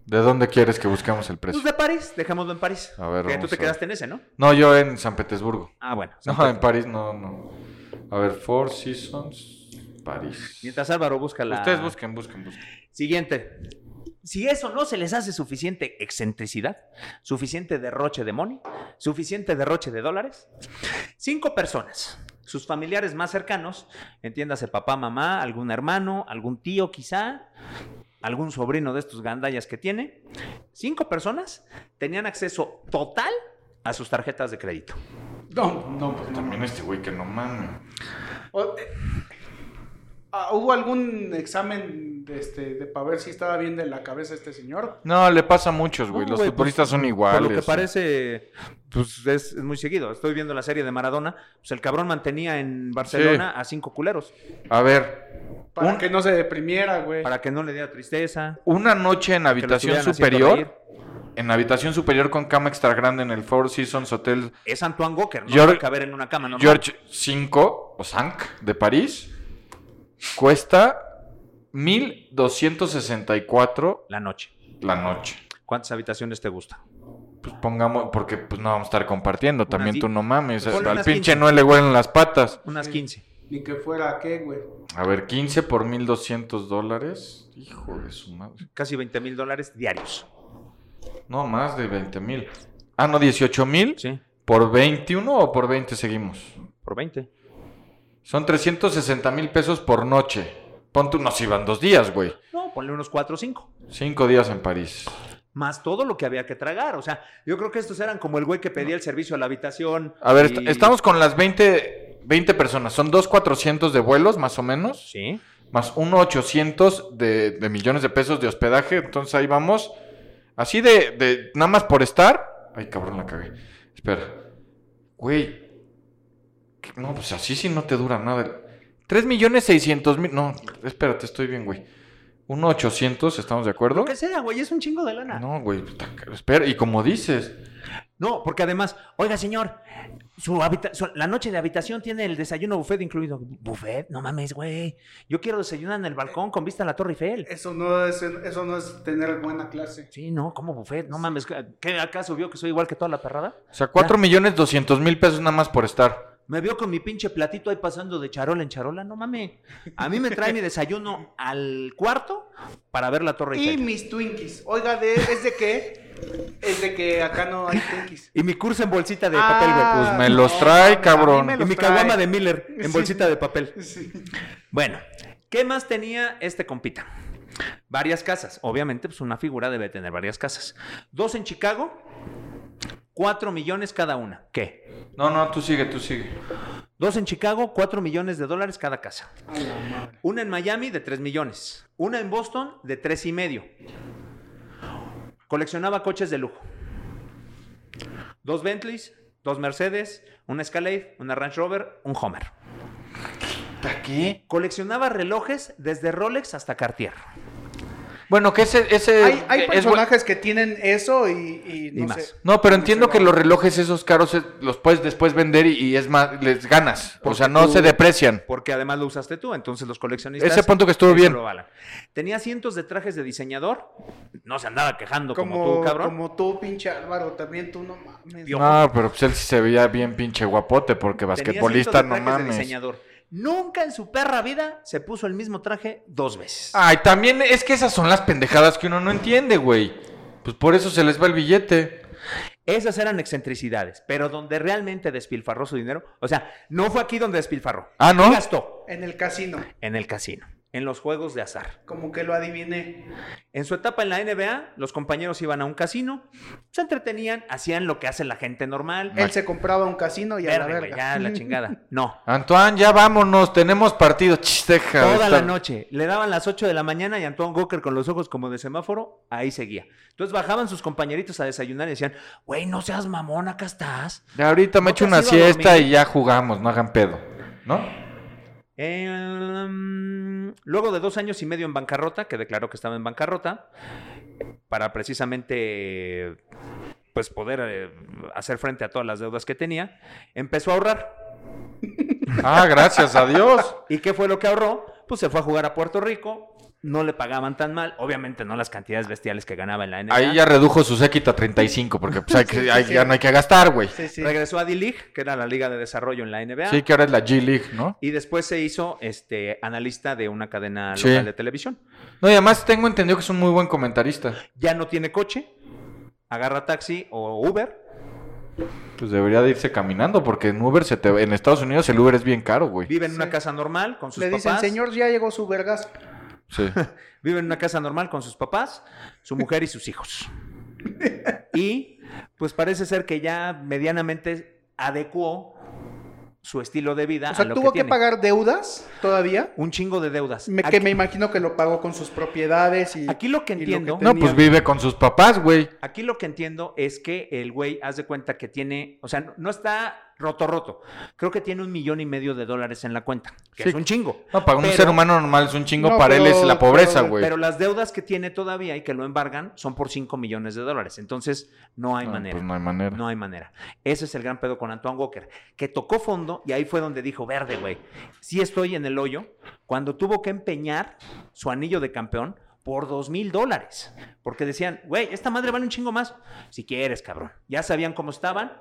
¿De dónde quieres que busquemos el precio?
Pues de París, dejémoslo en París.
A ver,
Que tú
vamos
te
a
quedaste en ese, ¿no?
No, yo en San Petersburgo.
Ah, bueno.
No, en París no, no. A ver, Four Seasons, París.
Mientras Álvaro busca la...
Ustedes busquen, busquen, busquen.
Siguiente. Si eso no se les hace suficiente excentricidad, suficiente derroche de money, suficiente derroche de dólares, cinco personas, sus familiares más cercanos, entiéndase papá, mamá, algún hermano, algún tío quizá, algún sobrino de estos gandallas que tiene, cinco personas tenían acceso total a sus tarjetas de crédito.
mames. No, no, pues no.
También este güey que no mames.
O- eh, ah, ¿Hubo algún examen de, este, de para ver si estaba bien de la cabeza este señor?
No, le pasa a muchos, güey.
No,
Los
güey,
futbolistas
pues,
son iguales.
Por lo que parece, pues es, es muy seguido. Estoy viendo la serie de Maradona. Pues el cabrón mantenía en Barcelona a cinco culeros
A ver,
Para
Un-
que no se deprimiera, güey.
para que no le diera tristeza.
una noche en
que lo
habitación
estuvieran
superior,
haciendo reír.
en habitación superior con cama extra grande en el Four Seasons Hotel
Es Antoine Walker, no
George-
va a caber en una cama normal.
George 5 o Sank de París cuesta 1264
La noche.
la noche.
¿Cuántas habitaciones te gusta?
Pues pongamos, porque pues no vamos a estar compartiendo, también
di-
tú no mames,
Ponle
al
unas
pinche
15.
no le huelen las patas.
Unas 15.
Ni que fuera qué, güey.
A ver, 15 por 1200 dólares. Hijo de su madre.
Casi 20 mil dólares diarios.
No, más de 20 mil. Ah, no, 18 mil.
Sí,
¿Por 21 o por 20 seguimos?
por 20.
Son 360 mil pesos por noche. Ponte unos iban dos días, güey.
No, ponle unos 4 o 5.
Cinco días en París.
Más todo lo que había que tragar. O sea, yo creo que estos eran como el güey que pedía el servicio a la habitación.
A ver,
y-
est- estamos con las 20, 20 personas. Son dos 400 de vuelos, más o menos.
Sí.
Más uno 800 de, de millones de pesos de hospedaje. Entonces ahí vamos. Así de, de- Nada más por estar. Ay, cabrón, la cagué. Espera. Güey. ¿Qué- No, pues así sí no te dura nada. 3 millones 600 mil. No, espérate, estoy bien, güey. 1.800, ¿estamos de acuerdo?
Lo que sea, güey, es un chingo de lana.
No, güey. puta, Espera, y como dices.
No, porque además, oiga, señor, su habita- su- la noche de habitación tiene el desayuno buffet incluido. ¿Buffet? No mames, güey. Yo quiero desayunar en el balcón con vista a la Torre Eiffel.
Eso no es, eso no es tener buena clase.
Sí, no, ¿cómo buffet? No mames, ¿qué acaso vio que soy igual que toda la perrada?
O sea, 4 millones 200 mil pesos nada más por estar.
Me vio con mi pinche platito ahí pasando de charola en charola, no mames. A mí me trae mi desayuno al cuarto para ver la Torre
Y
Eiffel.
mis Twinkies. Oiga, de, ¿es de qué? Es de que acá no hay Twinkies.
Y mi curso en bolsita de
Ah,
papel, güey.
Pues me los trae,
mames,
cabrón.
a mí me
Y
Y
los
mi
trae.
caguama de Miller en
Sí.
bolsita de papel.
Sí.
Bueno, ¿qué más tenía este compita? Varias casas. Obviamente, pues una figura debe tener varias casas. Dos en Chicago, cuatro millones cada una. ¿Qué?
No, no, tú sigue, tú sigue.
Dos en Chicago, cuatro millones de dólares cada casa.
A la madre.
Una en Miami de tres millones. Una en Boston de tres y medio. Coleccionaba coches de lujo. Dos Bentleys, dos Mercedes, una Escalade, una Range Rover, un Homer.
¿Para qué?
Coleccionaba relojes desde Rolex hasta Cartier.
Bueno, que ese, ese
Hay, hay
es bu-
personajes que tienen eso y, y no
Y más.
sé.
No, pero entiendo que los relojes esos caros eh, los puedes después vender y, y es más, les ganas. O sea, no
tú-
se deprecian.
Porque además lo usaste tú, entonces los coleccionistas.
Ese punto que estuvo
eso
bien.
lo avalan. Tenía cientos de trajes de diseñador. No se andaba quejando como,
Como,
tú, cabrón.
como tú, pinche Álvaro, también tú no mames.
Piojo.
No, pero pues él sí se veía bien pinche guapote porque
Tenía
basquetbolista
cientos
no
de trajes de
mames.
diseñador. Nunca en su perra vida se puso el mismo traje dos veces.
Ay, también es que esas son las pendejadas que uno no entiende, güey. Pues por eso se les va el billete.
Esas eran excentricidades, pero donde realmente despilfarró su dinero, o sea, no fue aquí donde despilfarró.
Ah, ¿no?
¿Qué gastó?
En el casino,
En el casino, en los juegos de azar.
como que lo adiviné.
En su etapa en la NBA, los compañeros iban a un casino, se entretenían, hacían lo que hace la gente normal.
Él se compraba un casino y a la
Verde, güey,
verga.
ya la chingada. No.
Antoine, ya vámonos, tenemos partido. Chis, deja de
Toda la
estar-
noche. Le daban las 8 de la mañana y Antoine Goker con los ojos como de semáforo, ahí seguía. Entonces bajaban sus compañeritos a desayunar y decían, güey, no seas mamón, acá estás.
Ya ahorita me
¿No
echo
te
una
has ido a
siesta
dormir?
y ya jugamos, no hagan pedo. ¿No?
Em, luego de dos años y medio en bancarrota, que declaró que estaba en bancarrota, para precisamente pues poder eh, hacer frente a todas las deudas que tenía, empezó a ahorrar.
Ah, gracias a Dios.
¿Y qué fue lo que ahorró? Pues se fue a jugar a Puerto Rico, no le pagaban tan mal, obviamente no las cantidades bestiales que ganaba en la NBA.
Ahí ya redujo su séquito a 35 porque pues, hay que-
Sí, sí,
hay-
sí.
ya no hay que gastar, güey.
Sí, sí.
Regresó a D-League, que era la liga de desarrollo en la NBA.
Sí, que ahora es la G League, ¿no?
Y después se hizo este analista de una cadena
Sí.
local de televisión.
No, y además tengo entendido que es un muy buen comentarista.
Ya no tiene coche, agarra taxi o Uber.
Pues debería de irse caminando porque en Uber se te... En Estados Unidos el Uber es bien caro, güey.
Vive en una casa normal con sus
Le dicen,
papás.
señor, ya llegó su vergas.
Sí.
Vive en una casa normal con sus papás, su mujer y sus hijos. Y pues parece ser que ya medianamente adecuó su estilo de vida.
O
a
sea,
lo
tuvo
que,
que,
tiene.
pagar deudas todavía.
un chingo de deudas.
Me-
aquí,
que me imagino que lo pagó con sus propiedades y...
aquí lo que
y lo que
entiendo,
No, pues vive con sus papás, güey.
aquí lo que entiendo es que el güey haz de cuenta que tiene, o sea, no, no está roto roto. Creo que tiene un millón y medio de dólares en la cuenta, que
Sí.
es un chingo.
No, para un
Pero-
ser humano normal es un chingo,
No,
para él es
pero-
la pobreza,
pero-
güey.
Pero las deudas que tiene todavía y que lo embargan son por 5 millones de dólares. Entonces, no
Ah,
hay
No,
manera.
Pues no hay manera.
No hay manera. Ese es el gran pedo con Antoine Walker, que tocó fondo y ahí fue donde dijo, verde, güey, sí estoy en el hoyo, cuando tuvo que empeñar su anillo de campeón por dos mil dólares. Porque decían, güey, esta madre vale un chingo más. Si quieres, cabrón. Ya sabían cómo estaban,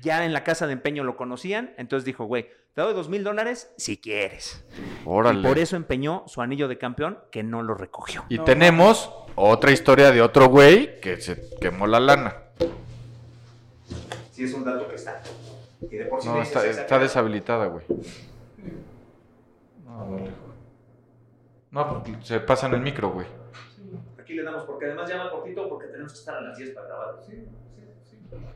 ya en la casa de empeño lo conocían, entonces dijo, güey, te doy dos mil dólares si quieres.
Órale.
Y por eso empeñó su anillo de campeón, que no lo recogió.
Y tenemos otra historia de otro güey que se quemó la lana.
Sí, es un dato que está. Y de por
No, está, está deshabilitada, güey. No, dale. No, pues, se pasan el micro, güey.
Aquí le damos, porque además llama cortito porque tenemos que estar a las 10 para grabar.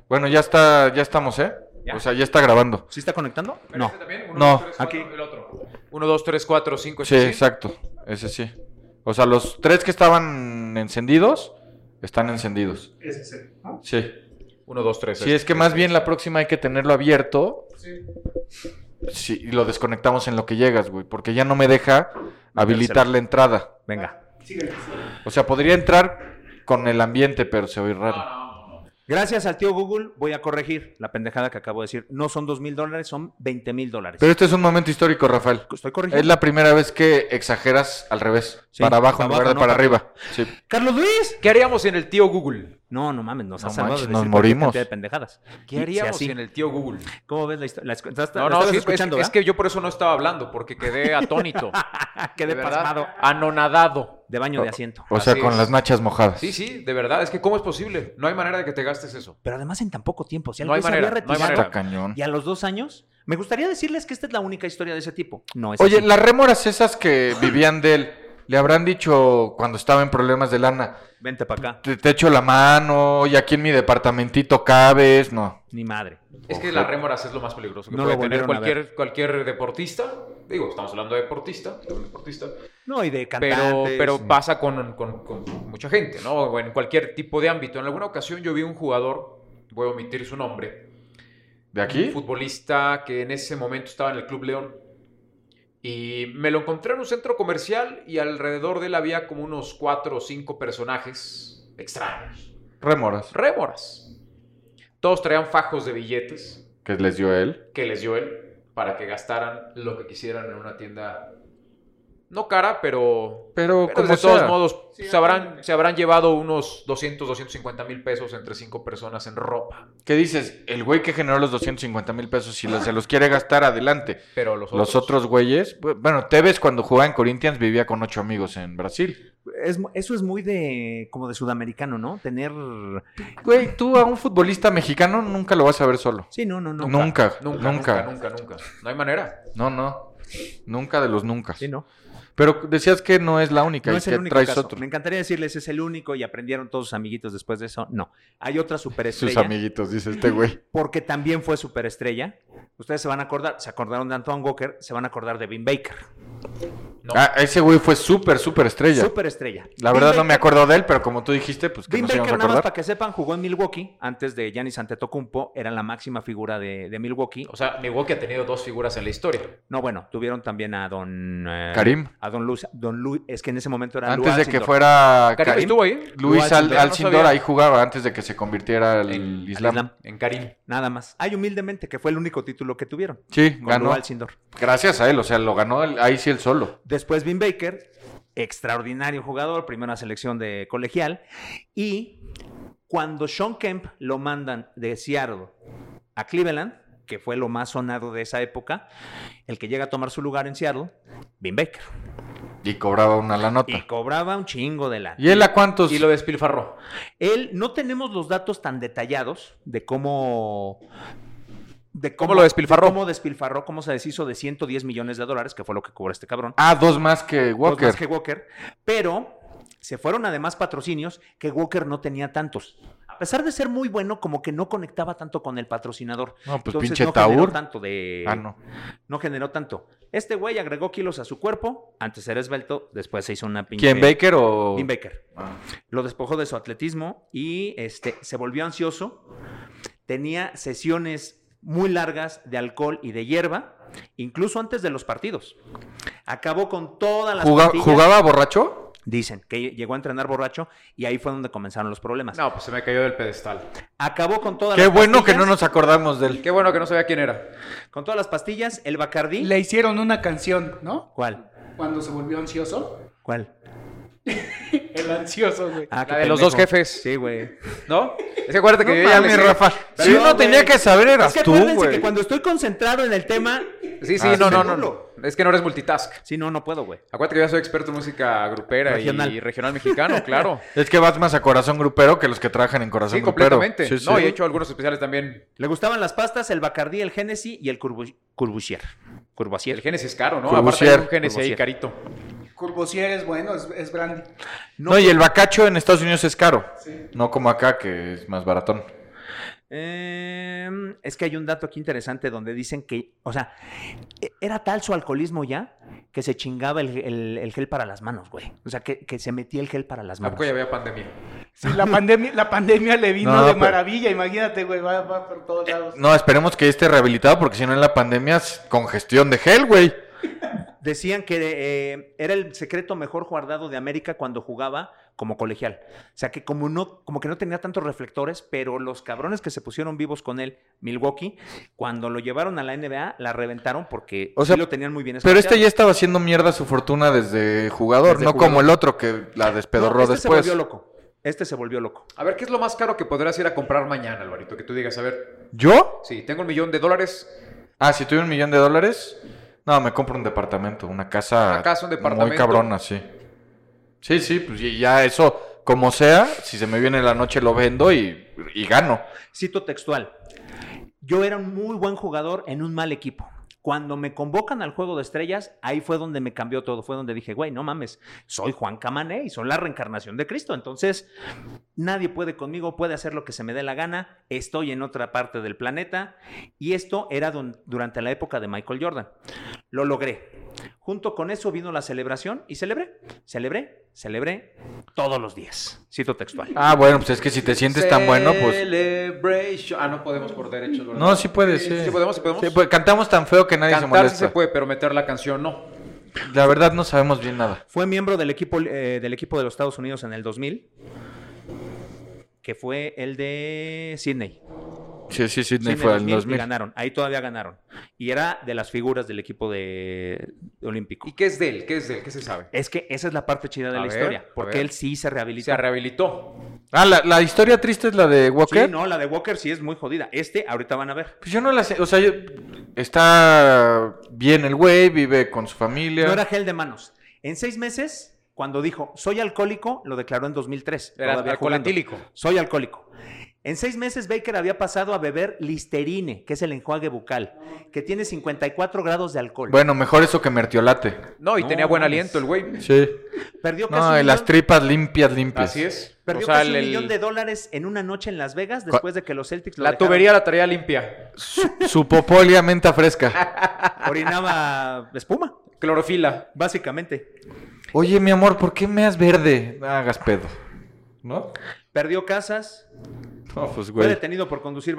Bueno, ya está, ya estamos, ¿eh?
Ya.
O sea, ya está grabando.
¿Sí está conectando? No.
No.
Aquí.
1, 2, 3, 4, 5,
Pues Sí, exacto. Ese sí. O sea, los tres que estaban encendidos están encendidos.
Ese es el- ¿no?
Sí.
1, 2, 3.
Sí, Pues es que
este
más bien la próxima hay que tenerlo abierto. Sí, y lo desconectamos en lo que llegas, güey. Porque ya no me deja habilitar la entrada.
Venga.
Síguele.
O sea, podría entrar con el ambiente, pero se oye raro.
Gracias al tío Google, voy a corregir la pendejada que acabo de decir. No son dos mil dólares, son 20 mil dólares.
Pero este es un momento histórico, Rafael.
Estoy
Es
corrigiendo.
la primera vez que exageras al revés.
Sí,
para abajo
para
en lugar de
abajo,
para
no,
arriba. Sí.
¡Carlos Luis!
¿Qué haríamos sin el tío Google?
No, no mames, nos
No
ha salvado
manches,
de
nos
decir cualquier
morimos.
cantidad de pendejadas. Y-
¿Qué
si
haríamos
así-
sin el tío Google?
¿Cómo ves la historia? La, escu- la- la-
No,
la
no,
estás
sí, es, es-
escuchando, ¿eh?
es que yo por eso no estaba hablando, porque quedé atónito.
¿verdad? Ah, quedé
de verdad,
pasmado
Anonadado.
de baño de asiento.
O sea,
Así
con
es.
las nachas mojadas.
Sí, sí, de verdad. Es que ¿cómo es posible? No hay manera de que te gastes eso.
Pero además en tan poco tiempo. Si
No
algo
hay
se había
manera, no hay
retirado
Está cañón.
Y a los dos años, me gustaría decirles que esta es la única historia de ese tipo. No, es
Oye,
así.
las rémoras esas que vivían de él, le habrán dicho cuando estaba en problemas de lana,
vente para acá.
te, te echo la mano, y aquí en mi departamentito cabes, no.
Ni madre.
Es que las rémoras es lo más peligroso que
No
puede
lo
tener
volvieron a ver.
cualquier, cualquier deportista. Digo, estamos hablando de deportista, de un deportista.
No, y de
Pero,
cantantes. mm.
pero pasa con, con- con mucha gente, ¿no? O en cualquier tipo de ámbito. En alguna ocasión yo vi un jugador, voy a omitir su nombre,
¿De
un
aquí?
futbolista que en ese momento estaba en el Club León Y me lo encontré en un centro comercial y alrededor de él había como unos cuatro o cinco personajes extraños.
Remoras.
Rémoras. Todos traían fajos de billetes
Que les dio él.
que les dio él para que gastaran lo que quisieran en una tienda no cara, pero...
Pero,
pero
como
de todos
sea.
modos, se, habrán, se habrán llevado unos 200, 250 mil pesos entre cinco personas en ropa.
¿Qué dices? El güey que generó los 250 mil pesos, si los- se los quiere gastar, adelante.
Pero los otros...
Los otros güeyes, bu- bueno, Tevez cuando jugaba en Corinthians vivía con ocho amigos en Brasil.
Es mu- eso es muy de como de sudamericano, ¿no? Tener.
Güey, tú a un futbolista mexicano nunca lo vas a ver solo.
Sí, no, no, no.
Nunca,
Nunca, nunca, nunca, nunca. No hay manera.
No, no. Nunca de los nunca.
Sí, no.
Pero decías que no es la única,
No
y
es
que
el único
traes
caso.
otro.
Me encantaría decirles es el único y aprendieron todos sus amiguitos después de eso. No. Hay otra
Sus
superestrella.
amiguitos, dice este güey.
Porque también fue superestrella. Ustedes se van a acordar, se acordaron de Antoine Walker, se van a acordar de Vin Baker.
No.
Ah, ese güey fue súper, súper estrella.
Superestrella.
La verdad
Vin
no me
Baker-
acuerdo de él, pero como tú dijiste, pues que
Vin
nos íbamos a
Baker, nada más
acordar.
para que sepan, jugó en Milwaukee antes de Giannis Antetokounmpo. Era la máxima figura de, de Milwaukee.
O sea, Milwaukee ha tenido dos figuras en la historia.
No, bueno, tuvieron también a Don... eh,
Karim.
A Don Luis. Don Lu- es que en ese momento era
Antes
Lou
de que
Alcindor.
fuera
Karim,
Karim,
estuvo ahí.
Luis
Alcindor,
Al-
no
Alcindor
sabía.
ahí jugaba antes de que se convirtiera al
En-
Islam.
al Islam.
En Karim.
Nada más. Ay, humildemente, que fue el único título que tuvieron.
Sí,
Con Lou
ganó.
Alcindor.
Gracias a él, o sea, lo ganó él- ahí sí él solo.
Después Vin Baker, extraordinario jugador, primera selección de colegial. Y cuando Sean Kemp lo mandan de Seattle a Cleveland, que fue lo más sonado de esa época, el que llega a tomar su lugar en Seattle, Vin Baker.
Y cobraba una la
Y
nota.
cobraba un chingo de lana.
¿Y él a cuántos?
Y lo despilfarró.
Él, no tenemos los datos tan detallados de cómo... De
¿Cómo lo despilfarró?
de cómo despilfarró, cómo se deshizo de 110 millones de dólares, que fue lo que cobró este cabrón.
Ah, dos más que
Los
Walker.
más que Walker. Pero se fueron además patrocinios que Walker no tenía tantos. A pesar de ser muy bueno, como que no conectaba tanto con el patrocinador.
No, pues
Entonces
pinche
no generó
Taur.
tanto de.
Ah, no.
no generó tanto. Este güey agregó kilos a su cuerpo. Antes era esbelto, después se hizo una pinche.
¿Quién, Baker o...?
Vin Baker. Lo despojó de su atletismo y este, se volvió ansioso. Tenía sesiones muy largas de alcohol y de hierba, incluso antes de los partidos. Acabó con todas las
¿Juga-
pastillas.
¿Jugaba borracho?
Dicen que llegó a entrenar borracho y ahí fue donde comenzaron los problemas.
No, pues se me cayó del pedestal.
Acabó con todas
Qué
las
bueno que no
pastillas,
nos acordamos de él.
Qué bueno que no sabía quién era.
con todas las pastillas, el Bacardí.
Le hicieron una canción, ¿no?
¿Cuál?
Cuando se volvió ansioso.
¿Cuál?
El ansioso, güey.
Ah,
La
qué
de los
pendejo.
dos jefes.
Sí, güey.
¿No? Es que acuérdate que yo ya
Dame,
les-
Rafa. Si
Perdón,
uno tenía
güey.
que saber
Es
eras
que
tú,
acuérdense
güey.
que cuando estoy concentrado en el tema,
Sí, sí,
Ah,
no,
sí.
no, no, no. Es que no eres multitask.
sí, no, no puedo, güey.
Acuérdate que yo soy experto en música grupera y
Regional.
regional mexicano, claro.
Es que vas más a corazón grupero que los que trabajan en corazón
Sí,
grupero.
completamente.
Sí, sí.
No, y he hecho algunos especiales también.
Le gustaban las pastas, el Bacardí, el Génesis y el Curbu- Curbusier.
El
Curbusier.
Genesis es caro, ¿no?
Corbusier.
Aparte hay un Genesis ahí
Corbusier.
carito.
Courvoisier es bueno, es, es brandy.
No, y el bacacho en Estados Unidos es caro. No como acá, que es más baratón.
Eh, es que hay un dato aquí interesante donde dicen que, o sea, e- era tal su alcoholismo ya que se chingaba el, el- el gel para las manos, güey. O sea, que, que se metía el gel para las
¿A
manos.
poco ya había pandemia?
Sí, la pandemia, la pandemia le vino
No,
de
pero-
maravilla, imagínate, güey, va, va por
Eh,
todos lados.
No, esperemos que esté rehabilitado porque si no en la pandemia es congestión de gel, güey.
Decían que eh, era el secreto mejor guardado de América cuando jugaba como colegial. O sea, que como, no, como que no tenía tantos reflectores, pero los cabrones que se pusieron vivos con él, Milwaukee, cuando lo llevaron a la NBA, la reventaron porque
O
o
sea,
lo tenían muy bien
Pero este
esclavizado.
ya estaba haciendo mierda su fortuna desde jugador,
Desde
no
jugador.
como el otro que la despedorró
No, este se
después.
volvió loco. Este se volvió loco.
A ver, ¿qué es lo más caro que podrás ir a comprar mañana, Alvarito? Que tú digas, a ver,
¿Yo?
sí, tengo un millón de dólares,
Ah, si tuviera un millón de dólares, no, me compro un departamento, una casa,
Una casa, un departamento.
muy cabrona, sí. Sí, sí, pues y ya eso, como sea, si se me viene la noche lo vendo y, y gano.
Cito textual. Yo era un muy buen jugador en un mal equipo. Cuando me convocan al juego de estrellas, ahí fue donde me cambió todo. Fue donde dije, güey, no mames, soy Juan Camané y soy la reencarnación de Cristo. Entonces, nadie puede conmigo, puede hacer lo que se me dé la gana. Estoy en otra parte del planeta. Y esto era dun- durante la época de Michael Jordan. Lo logré. Junto con eso vino la celebración y celebré, celebré, celebré todos los días. Cito textual.
Ah, bueno, pues es que si te sientes tan bueno, pues...
Celebration. Ah, no podemos por derechos, ¿verdad?
No, sí puedes, sí.
Sí podemos, sí podemos.
Sí, pues, cantamos tan feo que nadie se
Cantar sí
molesta.
se puede, pero meter la canción no.
La verdad no sabemos bien nada.
Fue miembro del equipo, eh, del equipo de los Estados Unidos en el 2000, que fue el de Sydney.
Sí, sí, Sydney
Sydney
fue el
2000, y
2000.
ganaron, ahí todavía ganaron. Y era de las figuras del equipo de, de olímpico.
¿Y qué es de él? ¿Qué es de él? ¿Qué se sabe?
Es que esa es la parte chida de
A
la
ver,
historia,
a
porque
ver.
él sí se rehabilitó.
Se rehabilitó.
Ah, la, la historia triste es la de Walker.
Sí, no, la de Walker sí es muy jodida. Este, ahorita van a ver.
Pues yo no la sé. O sea, yo- está bien el güey, vive con su familia.
No era gel de manos. En seis meses, cuando dijo, soy alcohólico, lo declaró en 2003.
Era
todavía
alcohol
jugando.
etílico.
Soy alcohólico. En seis meses, Baker había pasado a beber Listerine, que es el enjuague bucal, que tiene 54 grados de alcohol.
Bueno, mejor eso que mertiolate.
No, y
No
tenía buen
mames.
aliento el güey.
Sí.
perdió casi,
No, y
un,
las
millón,
tripas limpias, limpias.
Así es.
perdió
O sea,
casi
el-
un
el-
millón de dólares en una noche en Las Vegas después de que los Celtics lo
la
dejaron.
tubería la traía limpia.
Su popolia menta fresca.
Orinaba espuma,
Clorofila.
básicamente.
Oye, mi amor, ¿por qué me has verde? No hagas pedo. ¿No?
Perdió casas,
No, pues
fue
güey.
detenido por conducir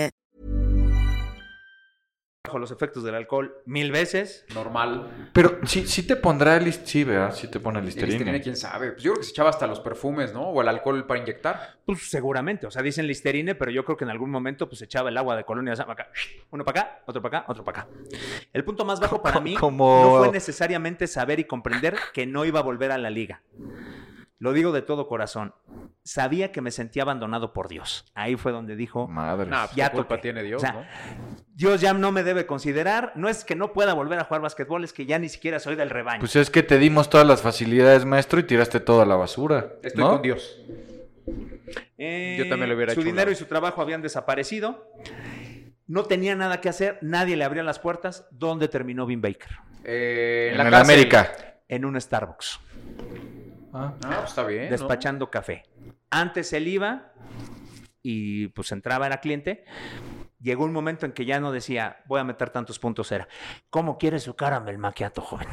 bajo los efectos del alcohol mil veces.
Normal.
Pero sí, sí te pondrá el... hist- Sí, ¿verdad? Sí te pone el
Y el Listerine,
listerine.
quién sabe. Pues yo creo que se echaba hasta los perfumes, ¿no? O el alcohol para inyectar.
Pues seguramente, o sea, dicen Listerine, pero yo creo que en algún momento pues echaba el agua de colonia Sama acá. Uno para acá, otro para acá, otro para acá. El punto más bajo para mí
Como-
no fue necesariamente saber y comprender que no iba a volver a la liga. Lo digo de todo corazón. Sabía que me sentía abandonado por Dios. Ahí fue donde dijo,
Madre.
Nah, pues,
Ya
¿qué culpa
toqué.
tiene Dios,
O sea,
¿no?
Dios ya no me debe considerar, no es que no pueda volver a jugar básquetbol, es que ya ni siquiera soy del rebaño.
Pues es que te dimos todas las facilidades, maestro, y tiraste todo a la basura.
Estoy
¿no?
con Dios.
Eh,
Yo también lo hubiera
Su
hecho a un
dinero
lado.
y su trabajo habían desaparecido. No tenía nada que hacer, nadie le abría las puertas. ¿Dónde terminó Vin Baker?
Eh,
En,
la
el
cárcel.
América.
En un Starbucks,
Ah.
Ah, pues está bien. ¿no?
despachando café. Antes él iba y pues entraba, era cliente. Llegó un momento en que ya no decía, voy a meter tantos puntos, era, ¿cómo quiere su caramel maquiato, joven?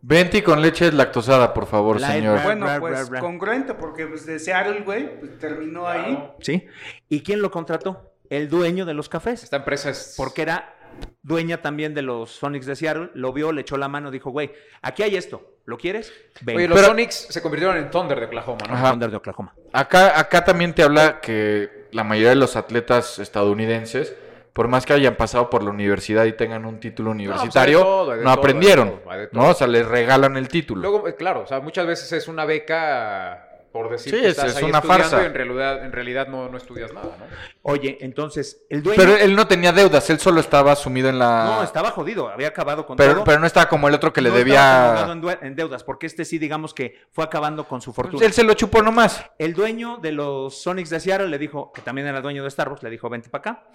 Venti con leche lactosada, por favor,
Light
señor.
brown.
Bueno,
Ra, ra,
pues
ra.
congruente, porque pues, de Seattle, güey, pues, terminó ahí.
¿Sí? ¿Y quién lo contrató? El dueño de los cafés.
Esta empresa es.
porque era dueña también de los Sonics de Seattle, lo vio, le echó la mano, dijo, güey, aquí hay esto, ¿lo quieres? Ven,
Oye, los
Pero-
Sonics se convirtieron en Thunder de Oklahoma, ¿no?
Ajá.
Thunder de Oklahoma.
Acá, acá también te habla que la mayoría de los atletas estadounidenses, por más que hayan pasado por la universidad y tengan un título universitario, no,
hay pues, de todo, hay de todo, hay
aprendieron.
de todo, hay de todo.
¿no? O sea, les regalan el título.
Luego, eh, claro, o sea, muchas veces es una beca por decir
Sí,
que
es-
estás
es
ahí
una
estudiando
farsa.
y en realidad, en realidad no, no estudias nada, ¿no?
Oye, entonces, el dueño...
pero él no tenía deudas, él solo estaba sumido en la.
No, estaba jodido, había acabado con
pero,
todo.
pero no estaba como el otro que le
No estaba acomodado
debía.
En, due- en deudas, porque este sí, digamos que fue acabando con su fortuna.
Pues Él se lo chupó nomás.
El dueño de los Sonics de Seattle le dijo, que también era dueño de Starbucks, le dijo, vente para acá.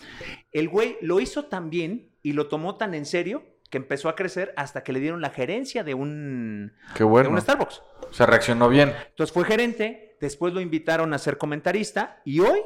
El güey lo hizo tan bien y lo tomó tan en serio que empezó a crecer hasta que le dieron la gerencia de un,
Qué
de
bueno.
un Starbucks.
Se reaccionó bien.
Entonces fue gerente, después lo invitaron a ser comentarista y hoy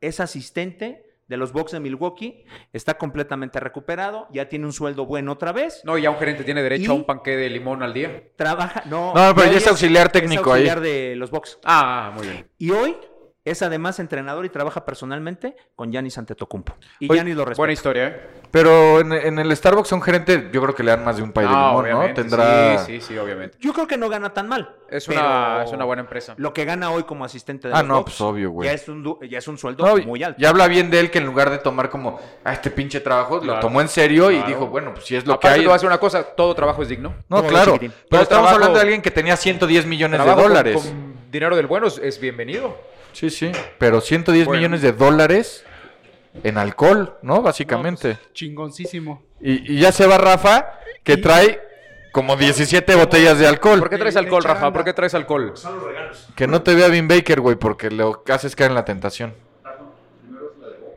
es asistente de los Bucks de Milwaukee, está completamente recuperado, ya tiene un sueldo bueno otra vez,
No, ya un gerente tiene derecho
Y-
a un panque de limón al día.
trabaja, no,
No, pero ya
hoy
es auxiliar técnico ahí.
auxiliar de los Bucks.
Ah, muy bien.
Y hoy es además entrenador y trabaja personalmente con Giannis Antetokounmpo. Y
Oye,
Giannis lo respeta.
Buena historia, ¿eh?
Pero en, en el Starbucks a un gerente, yo creo que le dan más de un pay de
Ah,
limón, ¿no?
obviamente,
Tendrá.
Sí, sí, sí, obviamente.
Yo creo que no gana tan mal.
Es
pero
una, es una buena empresa.
Lo que gana hoy como asistente de
Ah,
los
no,
Bucks
pues, obvio, güey.
Ya es un du- ya es un sueldo
No,
muy alto.
Y habla bien de él que en lugar de tomar como a este pinche trabajo, lo
Claro,
tomó en serio y
claro.
dijo, bueno, pues si es lo
Lo
que
Aparte,
hay.
te voy a decir una cosa, todo trabajo es digno.
No,
Todo
claro.
chiquitín.
Pero
Todo
estamos
trabajo-
hablando de alguien que tenía 110 millones
Trabajo
de
con-
dólares.
con dinero del bueno es, es bienvenido.
Sí, sí. Pero 110
Bueno.
millones de dólares en alcohol, ¿no? Básicamente.
Chingoncísimo.
y, y ya se va Rafa, que trae como 17 botellas de alcohol.
¿Por qué traes alcohol, Rafa? ¿Por qué traes alcohol?
Que no te vea Vin Baker, güey, porque lo que haces caer en la tentación.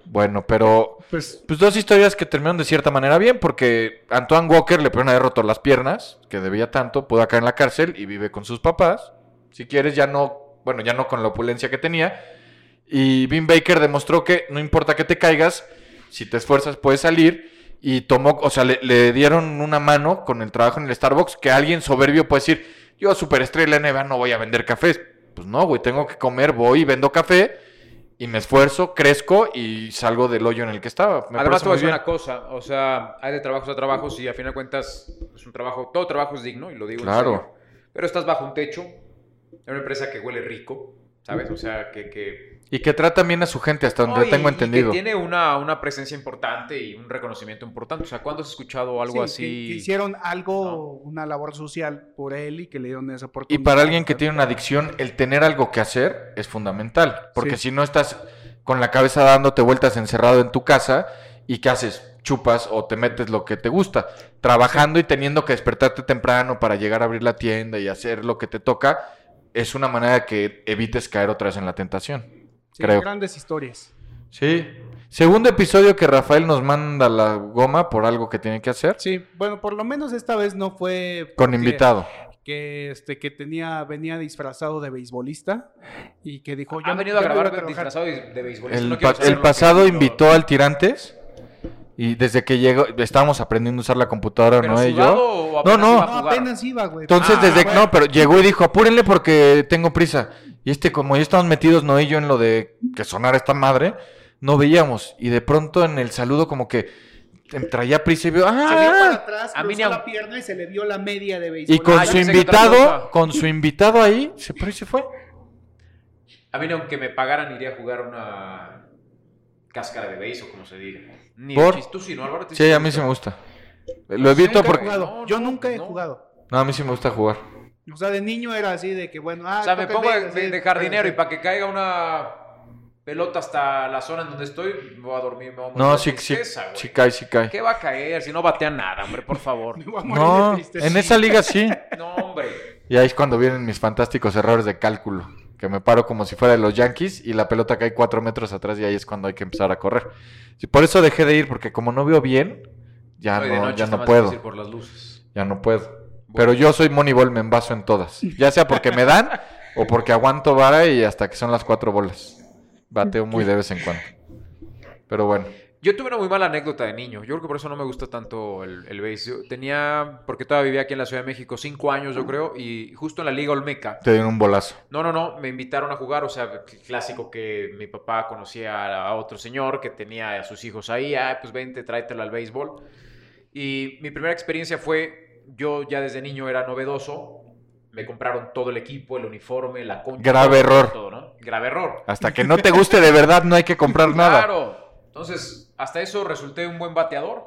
Bueno, pero
Pues
pues dos historias que terminaron de cierta manera bien, porque Antoine Walker le pudieron haber roto las piernas, que debía tanto, pudo caer en la cárcel y vive con sus papás. Si quieres, ya no, bueno, ya no con la opulencia que tenía. Y Vin Baker demostró que no importa que te caigas, si te esfuerzas puedes salir. Y tomó, o sea, le, le dieron una mano con el trabajo en el Starbucks que alguien soberbio puede decir, yo superestrella de la NBA no voy a vender cafés. Pues no, güey, tengo que comer, voy y vendo café. Y me esfuerzo, crezco y salgo del hoyo en el que estaba. Me
Además,
parece
te voy a
muy
decir
bien.
una cosa, o sea, hay de trabajos a trabajos y a fin de cuentas es un trabajo, todo trabajo es digno y lo digo en
Claro.
serio. Pero estás bajo un techo, en una empresa que huele rico, ¿sabes? O sea, que... que
Y que tratan bien a su gente, hasta donde
No, y-
yo tengo
y que
entendido.
tiene una, una presencia importante y un reconocimiento importante. O sea, ¿cuándo has escuchado algo
Sí,
así?
que- que hicieron algo, una labor social por él y que le dieron esa
Y
oportunidad.
para alguien que tiene una adicción, el tener algo que hacer es fundamental. Porque
Sí.
si no estás con la cabeza dándote vueltas encerrado en tu casa, ¿y qué haces? Chupas o te metes lo que te gusta. Trabajando y teniendo que despertarte temprano para llegar a abrir la tienda y hacer lo que te toca, es una manera que evites caer otra vez en la tentación.
Sí,
creo.
grandes historias.
Sí. Segundo episodio que Rafael nos manda la goma por algo que tiene que hacer.
Sí, bueno, por lo menos esta vez no fue
Con
porque-
invitado.
que este que tenía venía disfrazado de beisbolista y que dijo
Han
no-
venido a
no voy
grabar
trabajar".
disfrazado de, de beisbolista.
El,
no quiero
pa-
saber
el
lo que
pasado
hizo.
invitó al Tirantes y desde que llegó estábamos aprendiendo a usar la computadora,
Pero
¿no? Y
sudado
¿eh? yo.
o apenas
No, no.
iba a
No,
jugar?
apenas iba, güey.
Entonces
Ah,
desde
bueno.
no, pero llegó y dijo, "Apúrenle porque tengo prisa." Y este como ya estamos metidos no y yo en lo de que sonara esta madre, no veíamos y de pronto en el saludo como que em, traía prisa y vio,
Se vio para
"Ah."
atrás,
A mí
cruzó
ni a-
la pierna y se le vio la media de béisbol.
Y con
Ah, yo
su
pensé que otra cosa.
invitado, con su invitado ahí, se pero ahí se fue.
A mí, ni aunque me pagaran, iría a jugar una cáscara de béis o como se diga. Ni
¿Por?
de chis- tú sí, ¿no, Álvaro? ¿Te
Sí, a mí sí me gusta. Lo evito
nunca he
porque
jugado.
No,
Yo
no,
nunca he
no.
jugado.
no, a mí sí me gusta jugar.
O sea, de niño era así de que bueno, ah,
O sea, me
toca
pongo de,
béisbol, sí,
de jardinero y
pero
para que caiga una pelota hasta la zona en donde estoy, me voy a dormir, me voy a morir
No,
de
sí, sí,
tristeza, güey.
sí cae, sí cae.
¿Qué va a caer si no batea nada, hombre? Por favor.
me voy a morir de
No,
tristeza.
en esa liga sí.
No, hombre.
Y ahí es cuando vienen mis fantásticos errores de cálculo. Que me paro como si fuera de los Yankees y la pelota cae cuatro metros atrás y ahí es cuando hay que empezar a correr. Sí, por eso dejé de ir, porque como no veo bien, ya
Hoy de
no,
noche
ya
está
no
más
puedo.
difícil por las luces.
Ya no puedo. Pero yo soy Moneyball, me envaso en todas. Ya sea porque me dan o porque aguanto vara y hasta que son las cuatro bolas. Bateo muy de vez en cuando. Pero bueno.
Yo tuve una muy mala anécdota de niño. Yo creo que por eso no me gusta tanto el, el béis. Yo tenía, porque todavía vivía aquí en la Ciudad de México, cinco años
Mm.
yo creo, y justo en la Liga Olmeca,
Te dieron un bolazo.
No, no, no, me invitaron a jugar, o sea, cl- clásico que mi papá conocía a otro señor que tenía a sus hijos ahí, ah, pues vente, tráetelo al béisbol. Y mi primera experiencia fue, yo ya desde niño era novedoso, me compraron todo el equipo, el uniforme, la concha.
Grave
todo,
error.
todo, ¿no? Grave error.
Hasta que no te guste de verdad, no hay que comprar nada.
Claro. Entonces, hasta eso resulté un buen bateador.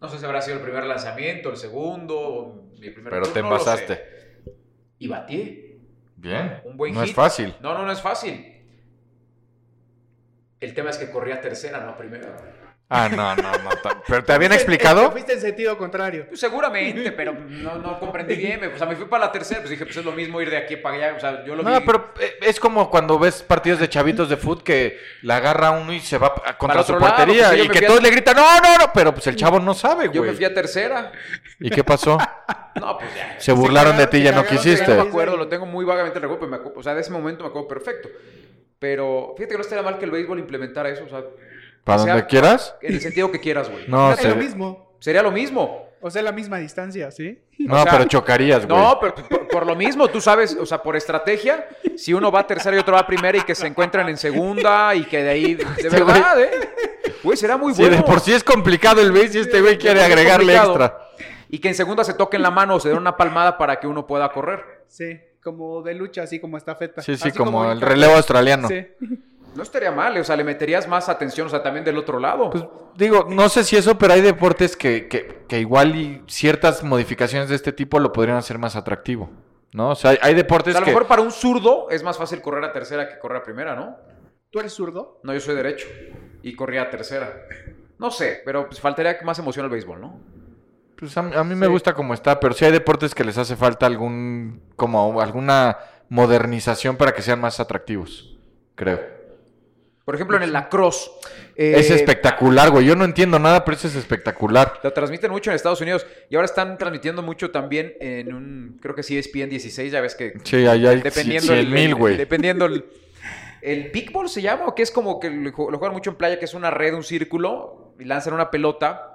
No sé si habrá sido el primer lanzamiento, el segundo, o mi primer
Pero
hit,
te
no lo sé.
envasaste.
Y bateé.
Bien.
Un buen
No es
hit.
fácil.
No, no, no es fácil. El tema es que corría a tercera, no a primera.
Ah, no, no, no. ta- Pero te habían
Te- te
explicado.
Fuiste en sentido contrario.
Pues seguramente, pero no, no comprendí bien. me- O sea, me fui para la tercera, pues dije, pues es lo mismo ir de aquí para allá. O sea, yo lo
No,
vi
pero eh, es como cuando ves partidos de chavitos de fútbol que la agarra uno y se va a-
Para
contra su
otro lado,
portería
pues yo
y
me
que
fui a-
todos le gritan, no, no, no, pero pues el chavo no sabe,
Yo me
güey.
fui a tercera.
¿Y qué pasó?
No, pues ya.
Se burlaron de
cagaron,
ti,
se
ya no
cagaron, se
quisiste.
No me
cagaron.
acuerdo, lo tengo muy vagamente el recuerdo, pero me acu- o sea, de ese momento me acuerdo perfecto. Pero fíjate que no estaría mal que el béisbol implementara eso, o sea,
¿Para
O sea,
donde quieras?
en el sentido que quieras, güey.
No,
Es lo
se-
mismo.
Sería lo mismo.
O sea, la misma distancia, ¿sí?
no
o sea,
pero chocarías, güey.
No, pero por, por lo mismo, tú sabes, o sea, por estrategia, si uno va a tercera y otro va a primera y que se encuentran en segunda y que de ahí, de verdad, ¿eh? Güey, será muy
Sí,
pues, bueno.
de por sí es complicado el base y este güey quiere
Es
agregarle
complicado.
extra.
Y que en segunda se toquen la mano o se den una palmada para que uno pueda correr.
Sí, como de lucha, así como estafeta.
Sí, sí,
Así
como el
ahorita.
relevo australiano.
Sí.
No estaría mal, o sea, le meterías más atención, o sea, también del otro lado.
Pues digo, no sé si eso, pero hay deportes que, que- que igual y ciertas modificaciones de este tipo lo podrían hacer más atractivo. ¿No? O sea, hay, hay
O
deportes
sea, a lo
que.
mejor para un zurdo es más fácil correr a tercera que correr a primera, ¿no?
¿Tú eres zurdo?
No, yo soy derecho y corría a tercera. No sé, pero pues faltaría más emoción al béisbol, ¿no?
Pues a, a mí me gusta como está, pero sí hay deportes que les hace falta algún como alguna modernización para que sean más atractivos, creo.
Por Por ejemplo, en el lacrosse. eh,
es espectacular, güey. Yo no entiendo nada, pero eso es espectacular.
Lo transmiten mucho en Estados Unidos y ahora están transmitiendo mucho también en un, creo que sí, E ESPN 16, ya ves que
Sí, ahí hay
dependiendo el,
mil,
el-
güey.
Dependiendo el, el pickball se llama, o que es como que lo, ju- lo juegan mucho en playa, que es una red, un círculo, y lanzan una pelota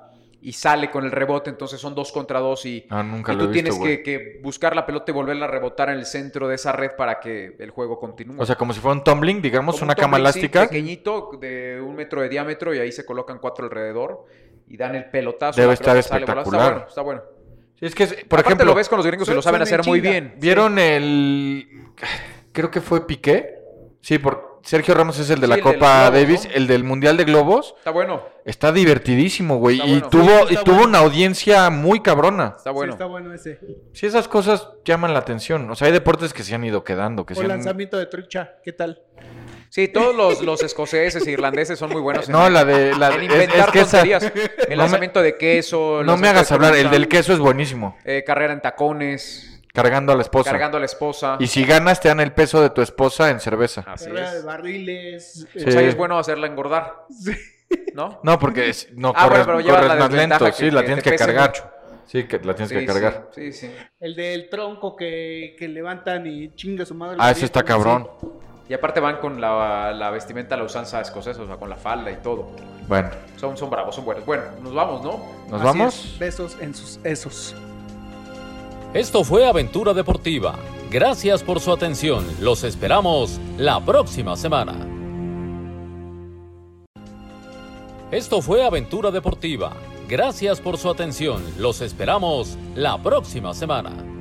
y sale con el rebote, entonces son dos contra dos y,
Ah, nunca
y
lo
tú
he visto,
tienes
güey.
que, que buscar la pelota y volverla a rebotar en el centro de esa red para que el juego continúe.
O sea, como si fuera un tumbling, digamos,
Como
una
un
cama
tumbling, sí,
elástica.
pequeñito, de un metro de diámetro, y ahí se colocan cuatro alrededor y dan el pelotazo.
Debe
la
estar
pelota sale volando.
espectacular.
Está bueno, está bueno.
Sí, es que, es- por
Aparte,
ejemplo,
lo ves con los gringos y lo saben
suena en
hacer muy
chinga.
bien.
¿vieron el. Creo que fue Piqué? Sí, por Sergio Ramos es el de
Sí,
la
el de los
Copa
globos,
Davis,
¿no?
el del Mundial de Globos.
Está bueno,
Está divertidísimo, güey.
Está
Y
bueno.
tuvo,
Sí,
y
está
tuvo
bueno.
una audiencia muy cabrona.
está bueno.
Sí, está bueno ese.
Sí, esas cosas llaman la atención. O sea, hay deportes que se han ido quedando, que
O
se han...
lanzamiento de trucha, ¿qué tal?
Sí, todos los, los escoceses e irlandeses son muy buenos en,
No, la de... La... es-
en inventar
es que esa-
tonterías.
no me-
El lanzamiento de queso. el
No me
lanzamiento
hagas
de
hablar,
fruta,
el del queso es buenísimo.
eh, carrera en tacones,
Cargando a la esposa.
cargando a la esposa.
Y si ganas, te dan el peso de tu esposa en cerveza.
Así
Carrera de
es.
barriles.
Sí.
O sea, es bueno hacerla engordar. ¿No?
No, porque es- no
Ah,
corres,
bueno, pero llevas
corres
la
más lento.
desventaja que-
sí, la
que
tienes
te
que
pese
cargar.
mucho.
Sí, que la tienes
Sí,
que
sí,
cargar.
Sí, sí.
El del tronco que, que levantan y chinga su madre.
Ah, eso está cabrón.
Y aparte van con la, la vestimenta, la usanza escocesa, o sea, con la falda y todo.
Bueno,
Son, son bravos, son buenos. Bueno, nos vamos, ¿no?
¿nos
Así
vamos?
es, Besos en sus esos.
Esto fue Aventura Deportiva. Gracias por su atención. Los esperamos la próxima semana. Esto fue Aventura Deportiva. Gracias por su atención. Los esperamos la próxima semana.